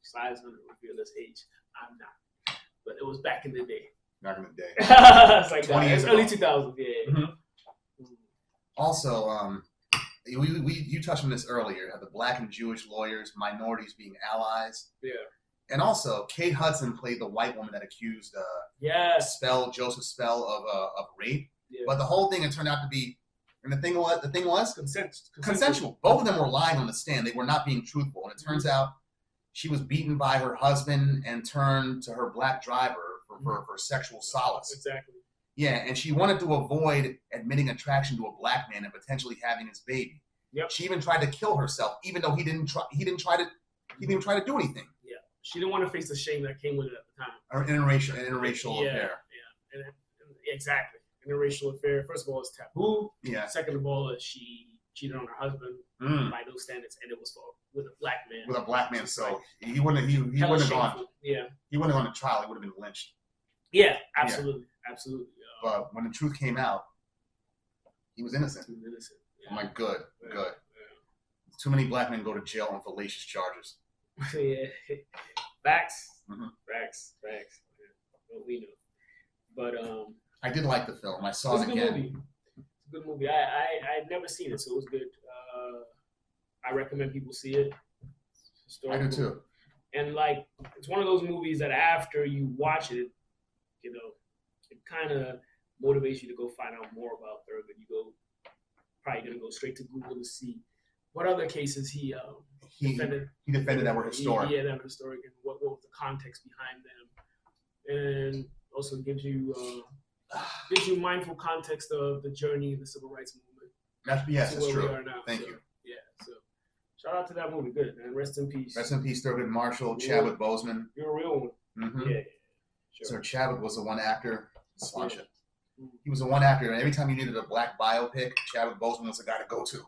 Speaker 3: size gonna reveal this age. I'm not. But it was back in the day. (laughs)
Speaker 2: Back in the day.
Speaker 3: it's like
Speaker 2: 20
Speaker 3: uh,
Speaker 2: years
Speaker 3: it's early
Speaker 2: ago. Mm-hmm.
Speaker 3: two thousands, yeah. Mm-hmm. yeah.
Speaker 2: Also, um, we, we you touched on this earlier. uh, The black and Jewish lawyers, minorities being allies.
Speaker 3: Yeah.
Speaker 2: And also, Kate Hudson played the white woman that accused uh,
Speaker 3: Yes.
Speaker 2: Spell Joseph Spell of uh, of rape.
Speaker 3: Yeah.
Speaker 2: But the whole thing it turned out to be, and the thing was, the thing was
Speaker 3: consent
Speaker 2: consensual. Both of them were lying on the stand. They were not being truthful. And it turns
Speaker 3: Mm-hmm.
Speaker 2: out she was beaten by her husband and turned to her black driver for, for, for sexual solace.
Speaker 3: Exactly.
Speaker 2: Yeah, and she wanted to avoid admitting attraction to a black man and potentially having his baby.
Speaker 3: Yep.
Speaker 2: She even tried to kill herself, even though he didn't try. He didn't try to. He didn't try to do anything.
Speaker 3: She didn't want to face the shame that came with it at the time.
Speaker 2: An interracial, an interracial
Speaker 3: yeah,
Speaker 2: affair.
Speaker 3: Yeah. And, and- exactly. Interracial affair. First of all, it's taboo.
Speaker 2: Yeah. Mm.
Speaker 3: Second of all, is she cheated on her husband by those standards, and it was for with a black man.
Speaker 2: Hmm. with a black man. So he wouldn't. He, he wouldn't
Speaker 3: Hella
Speaker 2: have gone.
Speaker 3: shameful. Yeah.
Speaker 2: He wouldn't have gone to trial. He would have been lynched.
Speaker 3: Yeah. Absolutely. Absolutely. Uh,
Speaker 2: But when the truth came out, he was innocent. Oh
Speaker 3: too innocent. Yeah.
Speaker 2: I'm like, good,
Speaker 3: Yeah.
Speaker 2: good. Too many black men go to jail on fallacious charges.
Speaker 3: yeah. (laughs) Facts.
Speaker 2: Mhm.
Speaker 3: Facts. Facts. Yeah. Well, we know. But um,
Speaker 2: I did like the film. I saw
Speaker 3: it's a
Speaker 2: it
Speaker 3: good
Speaker 2: again.
Speaker 3: movie. It's a good movie. I I I'd never seen it, so it was good. Uh, I recommend people see it. It's
Speaker 2: I do
Speaker 3: historical.
Speaker 2: too.
Speaker 3: And like, it's one of those movies that after you watch it, you know, it kind of motivates you to go find out more about Thurgood. You go probably gonna go straight to Google to see what other cases he um,
Speaker 2: He
Speaker 3: defended
Speaker 2: he defended that were historic.
Speaker 3: Yeah, that were historic, and what, what was the context behind them, and also gives you uh, gives you mindful context of the journey of the civil rights movement
Speaker 2: That's, yes,
Speaker 3: to
Speaker 2: that's
Speaker 3: where we
Speaker 2: true.
Speaker 3: are now.
Speaker 2: Thank
Speaker 3: So,
Speaker 2: you.
Speaker 3: Yeah. So shout out to that movie. Good man. Rest in peace.
Speaker 2: Rest in peace, Thurgood Marshall, Chadwick Boseman.
Speaker 3: You're a real one.
Speaker 2: hmm
Speaker 3: Yeah. yeah,
Speaker 2: So
Speaker 3: Sure.
Speaker 2: Chadwick was the one actor. Sláinte. He was the one actor. and Every time you needed a black biopic, Chadwick Boseman was the guy to go to.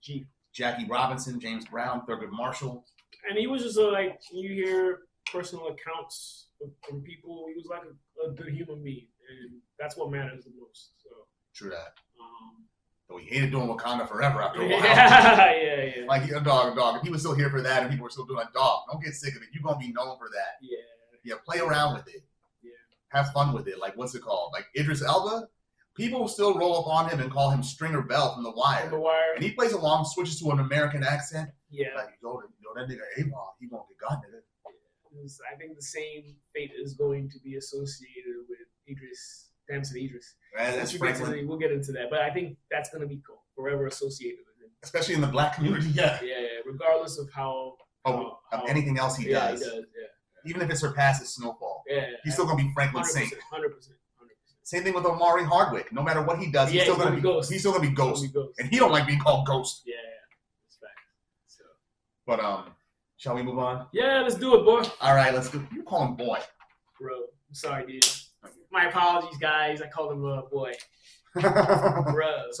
Speaker 3: Gee.
Speaker 2: Jackie Robinson, James Brown, Thurgood Marshall.
Speaker 3: And he was just uh, like you hear personal accounts from- from people. He was like a, a good human being, and that's what matters the most. So,
Speaker 2: True that.
Speaker 3: um, (laughs)
Speaker 2: Though he hated doing Wakanda forever after a while.
Speaker 3: yeah, yeah, yeah.
Speaker 2: Oh, Like a dog, a dog. If he was still here for that, and people were still doing a dog, don't get sick of it. You're gonna be known for that.
Speaker 3: Yeah,
Speaker 2: Yeah, play around with it.
Speaker 3: Yeah.
Speaker 2: Have fun with it. Like what's it called? Like Idris Elba. People still roll up on him and call him Stringer Bell from The
Speaker 3: on
Speaker 2: Wire.
Speaker 3: the wire.
Speaker 2: And he plays along, switches to an American accent.
Speaker 3: Yeah,
Speaker 2: Like, yo, yo that nigga Avon, he won't get God nigga.
Speaker 3: It was- I think the same fate is going to be associated with Idris Damson Idris.
Speaker 2: Right? That's
Speaker 3: We'll get to
Speaker 2: Franklin.
Speaker 3: the- we'll get into that, but I think that's gonna be co- forever associated with him.
Speaker 2: Especially in the black community, (laughs) yeah.
Speaker 3: Yeah, yeah, regardless of how.
Speaker 2: Oh,
Speaker 3: how-
Speaker 2: Of anything else he
Speaker 3: yeah,
Speaker 2: does.
Speaker 3: he does. Yeah,
Speaker 2: Even if it surpasses Snowfall,
Speaker 3: yeah.
Speaker 2: he's still gonna be Franklin
Speaker 3: hundred
Speaker 2: Saint.
Speaker 3: percent, hundred percent, hundred percent.
Speaker 2: Same thing with Omari Hardwick. No matter what he does,
Speaker 3: Yeah,
Speaker 2: he's still gonna, be
Speaker 3: Ghost.
Speaker 2: he's still gonna be ghost.
Speaker 3: Only Ghost.
Speaker 2: And he don't like being called ghost.
Speaker 3: Yeah, that's fact. So
Speaker 2: But um, shall we move on?
Speaker 3: yeah, let's do it, boy.
Speaker 2: All right, let's do. You call him (laughs) boy.
Speaker 3: Bro, I'm sorry, dude. My apologies, guys. I called him a boy.
Speaker 2: it's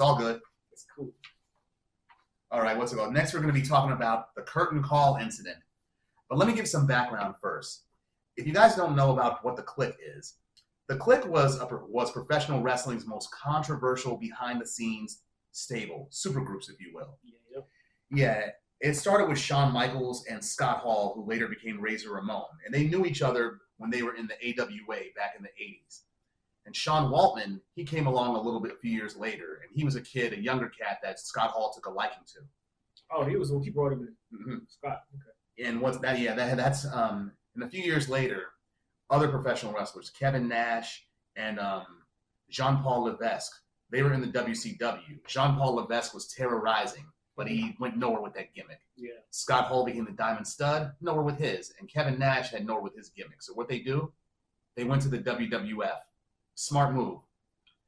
Speaker 3: Bro,
Speaker 2: all good.
Speaker 3: it's cool.
Speaker 2: All right, what's it called? Next, we're going to be talking about the curtain call incident. But let me give some background first. If you guys don't know about what the Click is, the Click was a, was professional wrestling's most controversial behind-the-scenes stable, supergroups, if you will.
Speaker 3: Yeah, yep.
Speaker 2: Yeah, it started with Shawn Michaels and Scott Hall, who later became Razor Ramon, and they knew each other when they were in the AWA back in the '80s. And Sean Waltman, he came along a little bit a few years later, and he was a kid, a younger cat that Scott Hall took a liking to.
Speaker 3: Oh, he was the one who brought him in.
Speaker 2: Mhm.
Speaker 3: Scott. Okay.
Speaker 2: And once that, yeah, that, that's um. And a few years later, other professional wrestlers, Kevin Nash and um, Jean Paul Levesque, they were in the WCW. Jean Paul Levesque was terrorizing, but he went nowhere with that gimmick.
Speaker 3: Yeah.
Speaker 2: Scott Hall became the Diamond Stud, nowhere with his, and Kevin Nash had nowhere with his gimmick. So what they do? They went to the WWF. Smart move.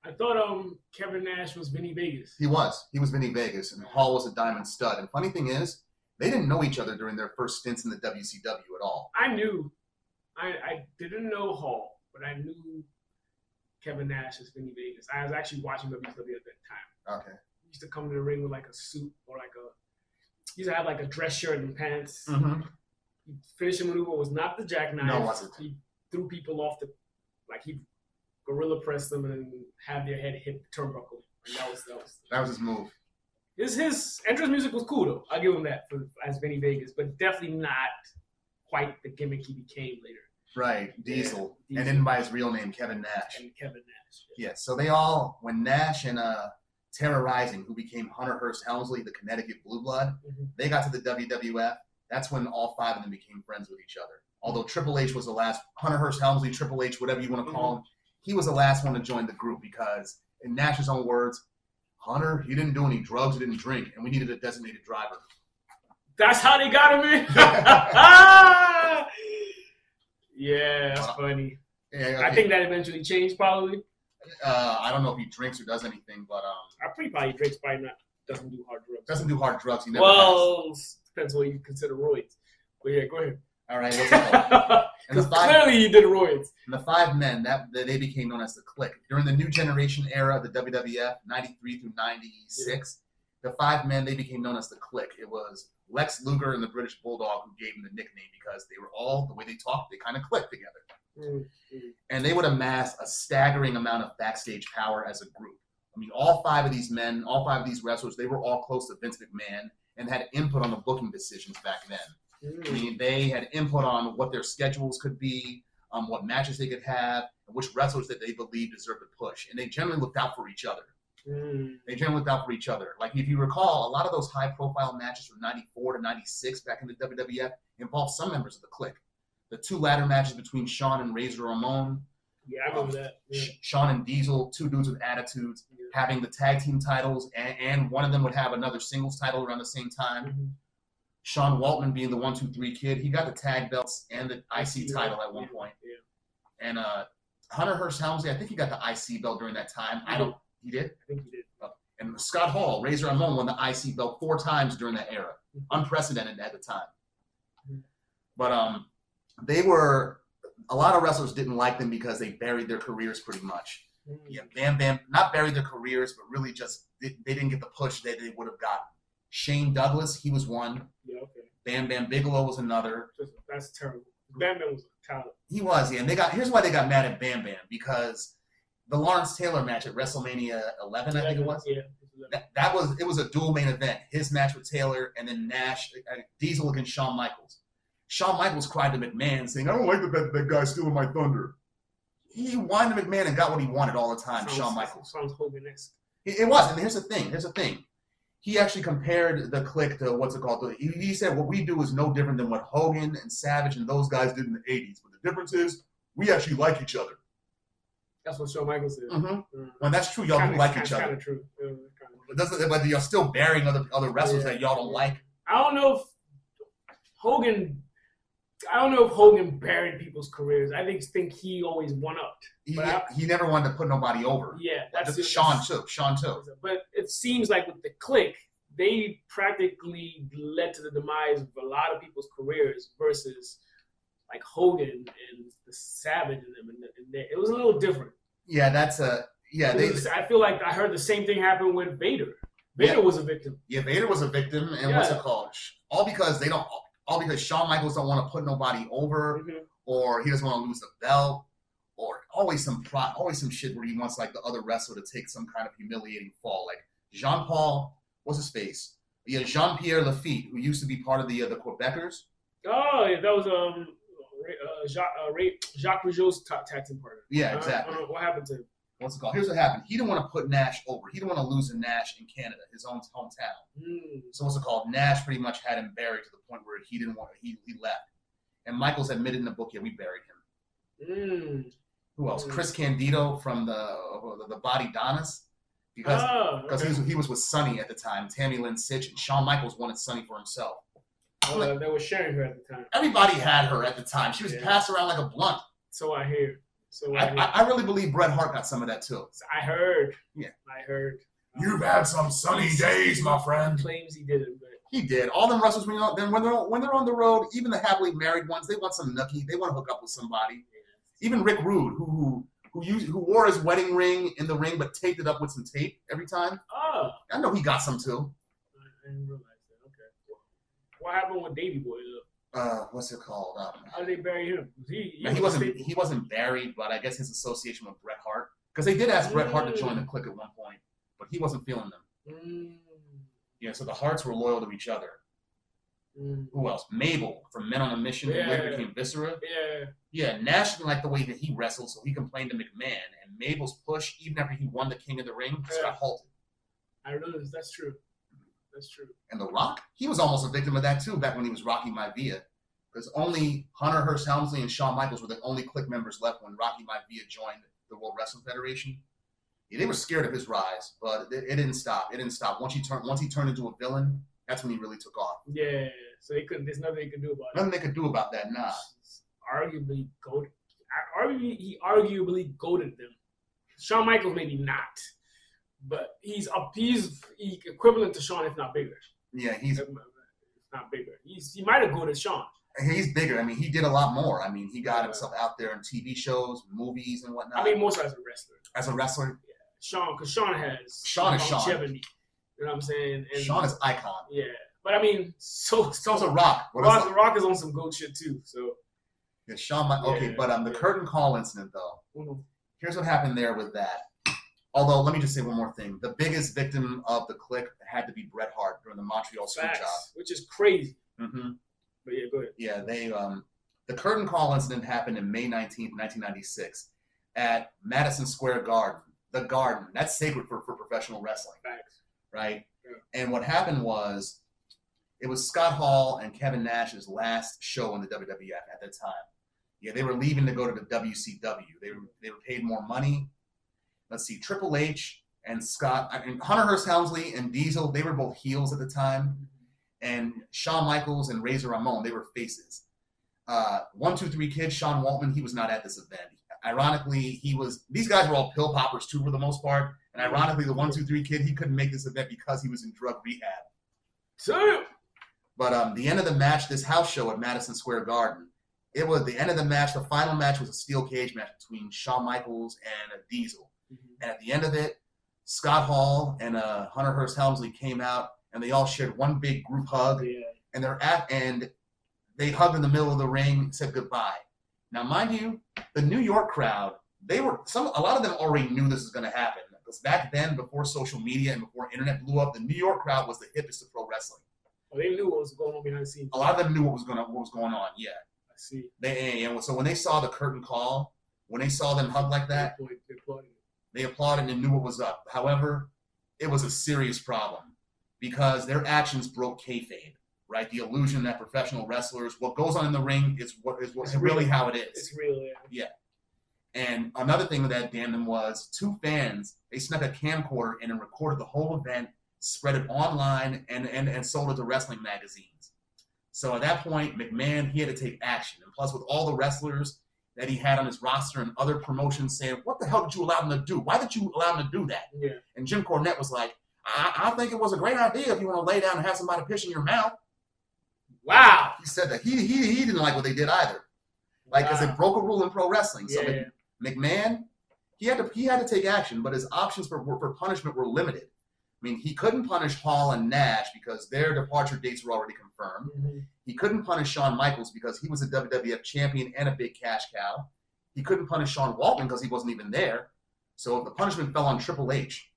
Speaker 3: I thought um Kevin Nash was Vinny Vegas.
Speaker 2: He was. He was Vinny Vegas, and Hall was a Diamond Stud. And funny thing is, they didn't know each other during their first stints in the WCW at all.
Speaker 3: I knew, I I didn't know Hall, but I knew Kevin Nash as Vinny Vegas. I was actually watching WWE at that time.
Speaker 2: Okay.
Speaker 3: He used to come to the ring with like a suit or like a. He used to have like a dress shirt and pants.
Speaker 2: Mm-hmm.
Speaker 3: finishing maneuver was not the jackknife.
Speaker 2: Mm. No, it wasn't.
Speaker 3: He threw people off the, like he gorilla pressed them and then have their head hit the turnbuckle. And that was that was.
Speaker 2: That was his move.
Speaker 3: His his entrance music was cool though. I'll give him that for, as Vinny Vegas, but definitely not quite the gimmick he became later.
Speaker 2: Right. Diesel.
Speaker 3: Yeah,
Speaker 2: And
Speaker 3: Diesel.
Speaker 2: then by his real name, Kevin Nash.
Speaker 3: And Kevin Nash.
Speaker 2: Yeah, so they all, when Nash and uh, Terrorizing, who became Hunter Hearst Helmsley, the Connecticut Blue Blood,
Speaker 3: Mhm.
Speaker 2: they got to the WWF. That's when all five of them became friends with each other. Although Triple H was the last, Hunter Hearst Helmsley, Triple H, whatever you want to
Speaker 3: Mm-hmm.
Speaker 2: call him, he was the last one to join the group because, in Nash's own words, Hunter, he didn't do any drugs, he didn't drink, and we needed a designated driver.
Speaker 3: That's how they
Speaker 2: (laughs)
Speaker 3: got him in. (laughs) yeah, that's funny.
Speaker 2: Yeah,
Speaker 3: I think that eventually changed probably.
Speaker 2: uh, I don't know if he drinks or does anything, but um,
Speaker 3: I pretty probably Drake's probably not doesn't do hard drugs.
Speaker 2: doesn't do hard drugs. He never has.
Speaker 3: Well, depends what you consider roids. But yeah, go ahead.
Speaker 2: All right, what's it called?
Speaker 3: (laughs)
Speaker 2: And
Speaker 3: Because
Speaker 2: the five
Speaker 3: clearly you did roids.
Speaker 2: And the five men that that they became known as the Click during the New Generation era of the WWF, '93 through '96. The five men they became known as the Click. It was Lex Luger and the British Bulldog who gave them the nickname because they were all the way they talked. They kind of clicked together,
Speaker 3: Mm.
Speaker 2: and they would amass a staggering amount of backstage power as a group. I mean, all five of these men, all five of these wrestlers, they were all close to Vince McMahon and had input on the booking decisions back then. I
Speaker 3: Mm.
Speaker 2: mean, they had input on what their schedules could be, um, what matches they could have, and which wrestlers that they believed deserved a push. And they generally looked out for each other.
Speaker 3: Mm.
Speaker 2: They generally looked out for each other. Like, if you recall, a lot of those high profile matches from 94 to 96 back in the WWF involved some members of the clique. The two ladder matches between Shawn and Razor Ramon,
Speaker 3: Yeah, I remember that. Yeah.
Speaker 2: Sh- Shawn and Diesel, two dudes with attitudes,
Speaker 3: Yeah.
Speaker 2: having the tag team titles, and, and one of them would have another singles title around the same time.
Speaker 3: Mhm.
Speaker 2: Sean Waltman being the one two three kid, he got the tag belts and the IC
Speaker 3: Yeah.
Speaker 2: title at one point.
Speaker 3: Yeah.
Speaker 2: And uh, Hunter Hearst Helmsley, I think he got the IC belt during that time. I don't. He did.
Speaker 3: I think you did.
Speaker 2: And Scott Hall, Razor Ramon, won the IC belt four times during that era,
Speaker 3: Mm-hmm.
Speaker 2: unprecedented at the time.
Speaker 3: Mhm.
Speaker 2: But um, they were a lot of wrestlers didn't like them because they buried their careers pretty much.
Speaker 3: Mm-hmm.
Speaker 2: Yeah, Bam Bam not buried their careers, but really just they, they didn't get the push that they would have gotten. Shane Douglas, he was one.
Speaker 3: Yeah, okay.
Speaker 2: Bam Bam Bigelow was another.
Speaker 3: Just, that's terrible. Bam Bam was a talent.
Speaker 2: He was, yeah. And they got here's why they got mad at Bam Bam because the Lawrence Taylor match at WrestleMania 11, I think it was.
Speaker 3: Yeah.
Speaker 2: That, that was it was a dual main event. His match with Taylor and then Nash, uh, Diesel against Shawn Michaels. Shawn Michaels cried to McMahon saying, "I don't like that that, that guy's stealing my thunder." He whined to McMahon and got what he wanted all the time.
Speaker 3: Sounds-
Speaker 2: Shawn Michaels.
Speaker 3: Sounds Hogan-esque.
Speaker 2: It, it was, and here's the thing. Here's the thing. He actually compared the click to what's it called? He, he said what we do is no different than what Hogan and Savage and those guys did in the '80s, but the difference is we actually like each other.
Speaker 3: That's what Shawn Michaels did.
Speaker 2: Mhm.
Speaker 3: Mm.
Speaker 2: When that's true, y'all do like each other.
Speaker 3: Kind of true. Yeah, kinda true.
Speaker 2: But doesn't but you're still burying other other wrestlers
Speaker 3: Yeah.
Speaker 2: that y'all don't like.
Speaker 3: I don't know if Hogan. I don't know if Hogan buried people's careers. I think think he always one upped.
Speaker 2: He,
Speaker 3: But I-
Speaker 2: he never wanted to put nobody over.
Speaker 3: Yeah,
Speaker 2: That's
Speaker 3: it.
Speaker 2: Sean too. Sean too.
Speaker 3: But it seems like with the click, they practically led to the demise of a lot of people's careers versus like Hogan and the Savage and them. And, and they, it was a little different.
Speaker 2: Yeah, that's a yeah.
Speaker 3: It
Speaker 2: They
Speaker 3: was- I feel like I heard the same thing happen with Vader. Vader
Speaker 2: Yeah.
Speaker 3: was a victim.
Speaker 2: yeah. Vader was a victim, and what's
Speaker 3: Yeah.
Speaker 2: it called? Sh- All because they don't. All because Shawn Michaels don't want to put nobody over,
Speaker 3: Mm-hmm.
Speaker 2: or he doesn't want to lose the belt, or always some plot, always some shit where he wants like the other wrestler to take some kind of humiliating fall. Like Jean Paul, what's his face? Yeah, Jean Pierre Lafitte, who used to be part of the uh, the Quebecers.
Speaker 3: Oh, yeah, that was um, Ray- uh, Jacques, uh, Ray, Jacques Rougeau's top tag team partner.
Speaker 2: Yeah,
Speaker 3: Uh,
Speaker 2: exactly.
Speaker 3: I don't know what happened to him?
Speaker 2: what's it called? Here's what happened. He didn't want to put Nash over. He didn't want to lose to Nash in Canada, his own hometown.
Speaker 3: Mm,
Speaker 2: So what's it called? Nash pretty much had him buried to the point where he didn't want he he left. And Michaels admitted in the book, yeah, we buried him.
Speaker 3: mm.
Speaker 2: Who else?
Speaker 3: Mm.
Speaker 2: Chris Candido from the uh, the Body Donnas, because
Speaker 3: oh,
Speaker 2: because he was he was with Sonny at the time. Tammy Lynn Sitch and Shawn Michaels wanted Sonny for himself.
Speaker 3: uh, they were sharing her at the time.
Speaker 2: Everybody had her at the time. She was
Speaker 3: Yeah.
Speaker 2: passed around like a blunt.
Speaker 3: So I hear. So I
Speaker 2: I, (laughs)
Speaker 3: hear.
Speaker 2: I, I really believe Bret Hart got some of that too.
Speaker 3: So I heard.
Speaker 2: Yeah.
Speaker 3: I heard.
Speaker 2: had some
Speaker 3: He claims he didn't, but
Speaker 2: He did. All them wrestlers, when, you're, then when they're when they're on the road, even the happily married ones, they want some nookie. They want to hook up with somebody. Even Rick Rude, who who who, used, who wore his wedding ring in the ring but taped it up with some tape every time.
Speaker 3: oh,
Speaker 2: I know he got some too.
Speaker 3: I didn't realize that. Okay. What happened with Davy Boy? though?
Speaker 2: Uh, what's it called? Um,
Speaker 3: How did they bury him? Was He,
Speaker 2: man, he wasn't he wasn't buried, but I guess his association with Bret Hart, because they did ask Bret Hart to join the clique at one point, but he wasn't feeling them.
Speaker 3: Mm,
Speaker 2: Yeah, so the Harts were loyal to each other.
Speaker 3: mm.
Speaker 2: Who else? Mabel from Men on a Mission, who later
Speaker 3: Yeah.
Speaker 2: became Viscera.
Speaker 3: Yeah.
Speaker 2: Yeah, Nash didn't like the way that he wrestled, so he complained to McMahon. And Mabel's push, even after he won the King of the Ring, just
Speaker 3: Yeah.
Speaker 2: got halted.
Speaker 3: I realize that's true. That's true.
Speaker 2: And The Rock, he was almost a victim of that too back when he was Rocky Maivia. Because only Hunter Hearst Helmsley and Shawn Michaels were the only clique members left when Rocky Maivia joined the World Wrestling Federation. Yeah, they were scared of his rise, but it, it didn't stop. It didn't stop. Once he turned, once he turned into a villain, that's when he really took off.
Speaker 3: Yeah. So he couldn't. There's nothing he could do about it.
Speaker 2: Nothing they could do about that now.
Speaker 3: arguably goat. Arguably, he arguably goaded them. Shawn Michaels maybe not, but he's up. He's he equivalent to Shawn, if not bigger.
Speaker 2: Yeah, he's
Speaker 3: If not bigger, he's, he might have goaded Shawn.
Speaker 2: he's bigger. I mean, he did a lot more. I mean, he got himself out there in TV shows, movies, and whatnot.
Speaker 3: I mean, more so as a wrestler.
Speaker 2: as a wrestler,
Speaker 3: Shawn, because Shawn has
Speaker 2: Shawn is Shawn.
Speaker 3: longevity. You know what I'm saying? And,
Speaker 2: Sean is icon.
Speaker 3: yeah, but I mean,
Speaker 2: (laughs)
Speaker 3: so so
Speaker 2: So's a rock. What
Speaker 3: Rock,
Speaker 2: else?
Speaker 3: The Rock is on some goat shit too. So
Speaker 2: Yeah, Shawn Mi- okay,
Speaker 3: Yeah.
Speaker 2: but um, the curtain call incident though. Here's what happened there with that. Although, let me just say one more thing. The biggest victim of the clique had to be Bret Hart during the Montreal Screwjob.
Speaker 3: facts, which is crazy.
Speaker 2: Mm-hmm.
Speaker 3: But yeah, go ahead.
Speaker 2: Yeah, they um, the curtain call incident happened in May 19th, 1996, at Madison Square Garden. The Garden that's sacred for, for professional wrestling.
Speaker 3: Facts.
Speaker 2: right?
Speaker 3: Yeah.
Speaker 2: And what happened was it was Scott Hall and Kevin Nash's last show in the WWF at that time. Yeah, they were leaving to go to the WCW. They were, they were paid more money. Let's see, Triple H and Scott, I mean, Hunter Hearst Helmsley and Diesel, they were both heels at the time. And Shawn Michaels and Razor Ramon, they were faces. Uh, one, two, three kid, Sean Waltman, he was not at this event. Ironically, he was, these guys were all pill poppers too for the most part. And ironically, the one, two, three kid, he couldn't make this event because he was in drug rehab.
Speaker 3: So
Speaker 2: But um, the end of the match, this house show at Madison Square Garden, it was the end of the match. The final match was a steel cage match between Shawn Michaels and Diesel.
Speaker 3: Mhm.
Speaker 2: And at the end of it, Scott Hall and uh, Hunter Hearst Helmsley came out and they all shared one big group hug
Speaker 3: Yeah.
Speaker 2: and they're at and they hugged in the middle of the ring, said goodbye. Now, mind you, the New York crowd, they were some a lot of them already knew this was gonna happen. Because back then, before social media and before internet blew up, the New York crowd was the hippest of pro wrestling.
Speaker 3: Well, they knew what was going on behind the scenes.
Speaker 2: A lot of them knew what was gonna what was going on, yeah.
Speaker 3: I see.
Speaker 2: They and so when they saw the curtain call, when they saw them hug like that,
Speaker 3: Good point. Good point.
Speaker 2: they applauded and knew what was up. However, it was a serious problem because their actions broke kayfabe, right? The illusion that professional wrestlers, what goes on in the ring is what is what
Speaker 3: It's
Speaker 2: really
Speaker 3: real.
Speaker 2: how it is.
Speaker 3: It's real. Yeah.
Speaker 2: And another thing that damned them was two fans, they snuck a camcorder in and recorded the whole event, spread it online, and, and, and sold it to wrestling magazines. So at that point, McMahon, he had to take action. And plus, with all the wrestlers that he had on his roster and other promotions saying, What the hell did you allow them to do? Why did you allow them to do that?
Speaker 3: Yeah.
Speaker 2: And Jim Cornette was like, I, I think it was a great idea if you want to lay down and have somebody piss in your mouth.
Speaker 3: Wow.
Speaker 2: He said that. He, he, he didn't like what they did either. Like, because
Speaker 3: Wow.
Speaker 2: it broke a rule in pro wrestling. So
Speaker 3: yeah.
Speaker 2: McMahon, he had to he had to take action, but his options for, for punishment were limited. I mean, he couldn't punish Hall and Nash because their departure dates were already confirmed.
Speaker 3: Mhm.
Speaker 2: He couldn't punish Shawn Michaels because he was a WWF champion and a big cash cow. He couldn't punish Shawn Waltman because he wasn't even there. So the punishment fell on Triple H.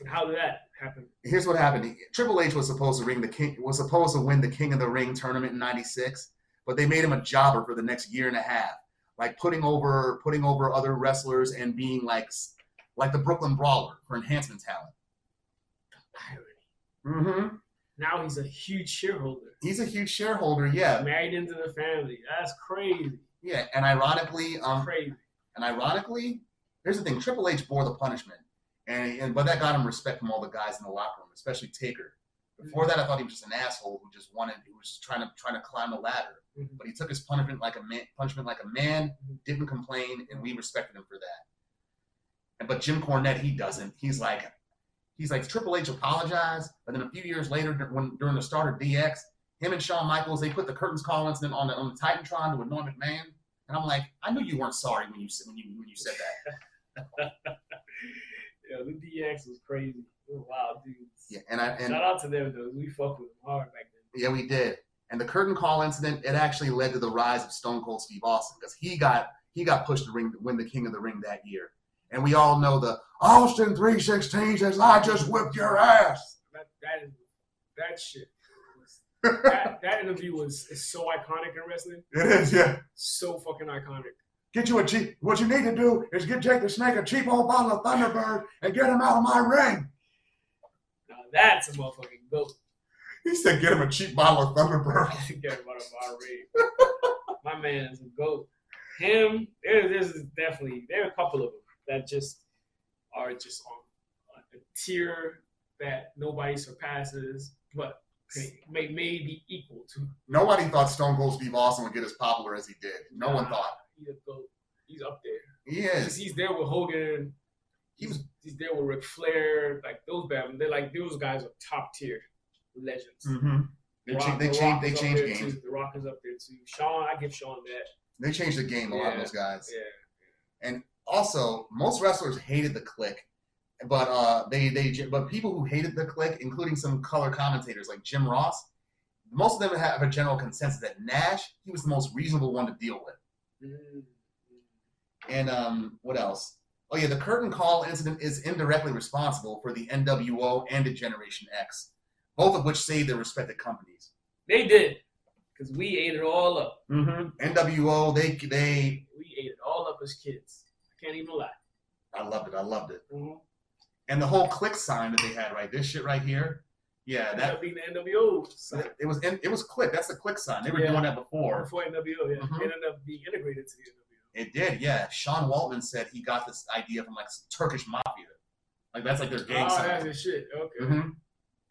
Speaker 3: And how did that happen?
Speaker 2: Here's what happened. Triple H was supposed to ring the king was supposed to win the King of the Ring tournament in '96, but they made him a jobber for the next year and a half, like putting over putting over other wrestlers and being like s- like the Brooklyn Brawler for enhancement talent.
Speaker 3: Irony.
Speaker 2: Mm-hmm.
Speaker 3: Now he's a huge shareholder.
Speaker 2: He's a huge shareholder. Yeah,
Speaker 3: Married into the family. That's crazy.
Speaker 2: yeah. And ironically, um,
Speaker 3: Crazy.
Speaker 2: and ironically, here's the thing: Triple H bore the punishment, and, and but that got him respect from all the guys in the locker room, especially Taker. Before that, I thought he was just an asshole who just wanted who was just trying to trying to climb the ladder.
Speaker 3: Mhm.
Speaker 2: but he took his punishment like a man, punishment like a man, didn't complain, and we respected him for that. And but Jim Cornette, he doesn't. He's like, he's like Triple H apologized, but then a few years later, dur- when during the start of DX, him and Shawn Michaels, they put the curtains call incident on the on the Titantron to annoy McMahon, and I'm like, I knew you weren't sorry when you said when you when you said that.
Speaker 3: Yeah, the DX was crazy. They were wild dudes.
Speaker 2: Yeah, and I and
Speaker 3: Shout out to them though. We fucked with them hard back then.
Speaker 2: Yeah, we did. And the curtain call incident, it actually led to the rise of Stone Cold Steve Austin because he got he got pushed to ring win the King of the Ring that year. And we all know the Austin 316 says, I just whipped your ass.
Speaker 3: That that is that shit. was-
Speaker 2: (laughs)
Speaker 3: that, that interview was is so iconic in wrestling.
Speaker 2: It is, yeah.
Speaker 3: So fucking iconic.
Speaker 2: Get you a cheap what you need to do is get Jake the Snake a cheap old bottle of Thunderbird and get him out of my ring.
Speaker 3: Now that's a motherfucking goat.
Speaker 2: He said, get him a cheap bottle of Thunderbird.
Speaker 3: Get him out of my ring. My man is a goat. Him, there, there's definitely there are a couple of them that just are just on a tier that nobody surpasses, but may, may, may be equal to.
Speaker 2: Nobody thought Stone Cold Steve Austin would get as popular as he did. No one
Speaker 3: Nah,
Speaker 2: thought.
Speaker 3: He's a goat. He's up there.
Speaker 2: He
Speaker 3: He's,
Speaker 2: is.
Speaker 3: he's there with Hogan.
Speaker 2: He was
Speaker 3: He's there with Ric Flair. Like those bad. They're like those guys are top tier legends.
Speaker 2: mm-hmm. they,
Speaker 3: The
Speaker 2: cha-
Speaker 3: Rock-
Speaker 2: they
Speaker 3: The
Speaker 2: changed
Speaker 3: Rock
Speaker 2: they
Speaker 3: is up
Speaker 2: changed
Speaker 3: there,
Speaker 2: games.
Speaker 3: Too. The Rock is up there too. Sean, I give Sean that.
Speaker 2: They changed the game a lot of
Speaker 3: Yeah.
Speaker 2: those guys.
Speaker 3: Yeah.
Speaker 2: Also, most wrestlers hated the click, but uh, they they but people who hated the click, including some color commentators like Jim Ross, most of them have a general consensus that Nash he was the most reasonable one to deal with.
Speaker 3: Mm.
Speaker 2: And um, what else? Oh yeah, the curtain call incident is indirectly responsible for the NWO and the Generation X, both of which saved their respective companies.
Speaker 3: They did, cause we ate it all up.
Speaker 2: Mm-hmm. NWO they they
Speaker 3: We ate it all up as kids. I can't even lie.
Speaker 2: I loved it. I loved it. And the whole click sign that they had right this shit right here. Yeah, that
Speaker 3: That being the NWO
Speaker 2: So
Speaker 3: side.
Speaker 2: it was in, it was click. That's the click sign. They were
Speaker 3: Yeah.
Speaker 2: doing that before.
Speaker 3: Before NWO, yeah,
Speaker 2: Mhm.
Speaker 3: it ended up being integrated to the NWO.
Speaker 2: It did, yeah. Sean Waltman said he got this idea from like Turkish mafia. Like that's like their gang
Speaker 3: oh, that's
Speaker 2: sign.
Speaker 3: the shit. Okay.
Speaker 2: Mhm.
Speaker 3: (laughs)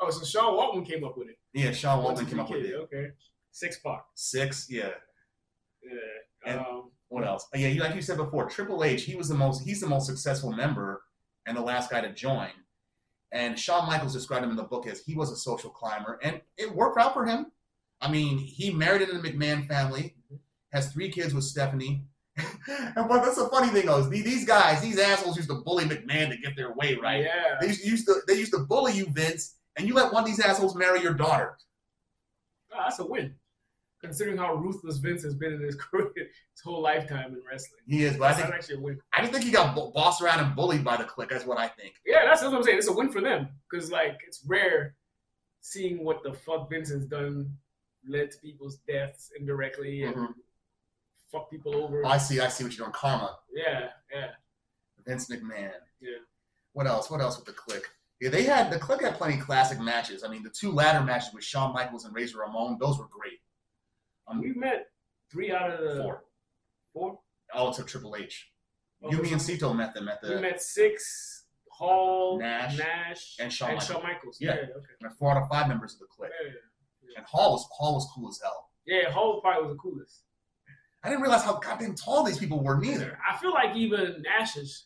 Speaker 3: oh, so Sean Waltman came up with it.
Speaker 2: Yeah, Sean
Speaker 3: One,
Speaker 2: Waltman
Speaker 3: two, three
Speaker 2: came up with
Speaker 3: kid.
Speaker 2: it.
Speaker 3: Okay. Six pack.
Speaker 2: Six, yeah.
Speaker 3: Yeah.
Speaker 2: And-
Speaker 3: um,
Speaker 2: What else? Oh, yeah, you- like you said before, Triple H. He was the most. He's the most successful member and the last guy to join. And Shawn Michaels described him in the book as he was a social climber, and it worked out for him. I mean, he married into the McMahon family, has three kids with Stephanie. (laughs) and but that's the funny thing though is the- these guys, these assholes, used to bully McMahon to get their way, right?
Speaker 3: Yeah.
Speaker 2: They used- used to they used to bully you, Vince, and you let one of these assholes marry your daughter.
Speaker 3: Ah, that's a win. Considering how ruthless Vince has been in his (laughs) career, his whole lifetime in wrestling.
Speaker 2: He is, but I
Speaker 3: That's
Speaker 2: think
Speaker 3: actually a win.
Speaker 2: I just think he got bo- bossed around and bullied by the clique. That's what I think.
Speaker 3: Yeah, that's, that's what I'm saying. It's a win for them because like it's rare seeing what the fuck Vince has done, led to people's deaths indirectly and
Speaker 2: Mhm.
Speaker 3: fuck people over.
Speaker 2: I see, I see what you're doing. Karma,
Speaker 3: yeah, yeah,
Speaker 2: Vince McMahon.
Speaker 3: yeah.
Speaker 2: What else? What else with the clique? Yeah, they had the clique had plenty of classic matches. I mean, the two ladder matches with Shawn Michaels and Razor Ramon, those were great.
Speaker 3: We met three out of the
Speaker 2: Four,
Speaker 3: Four?
Speaker 2: all except Triple H.
Speaker 3: Oh,
Speaker 2: Yumi and
Speaker 3: so
Speaker 2: Sito met them at
Speaker 3: We
Speaker 2: the
Speaker 3: met six. Hall,
Speaker 2: Nash,
Speaker 3: Nash,
Speaker 2: and Shawn Michaels.
Speaker 3: Michaels.
Speaker 2: Yeah.
Speaker 3: Yeah. Okay.
Speaker 2: and four out of five members of the clique.
Speaker 3: Yeah,
Speaker 2: And Hall was Hall was cool as hell.
Speaker 3: Yeah, yeah, Hall probably was the coolest.
Speaker 2: I didn't realize how goddamn tall these people were. Neither
Speaker 3: I feel like even Nash has,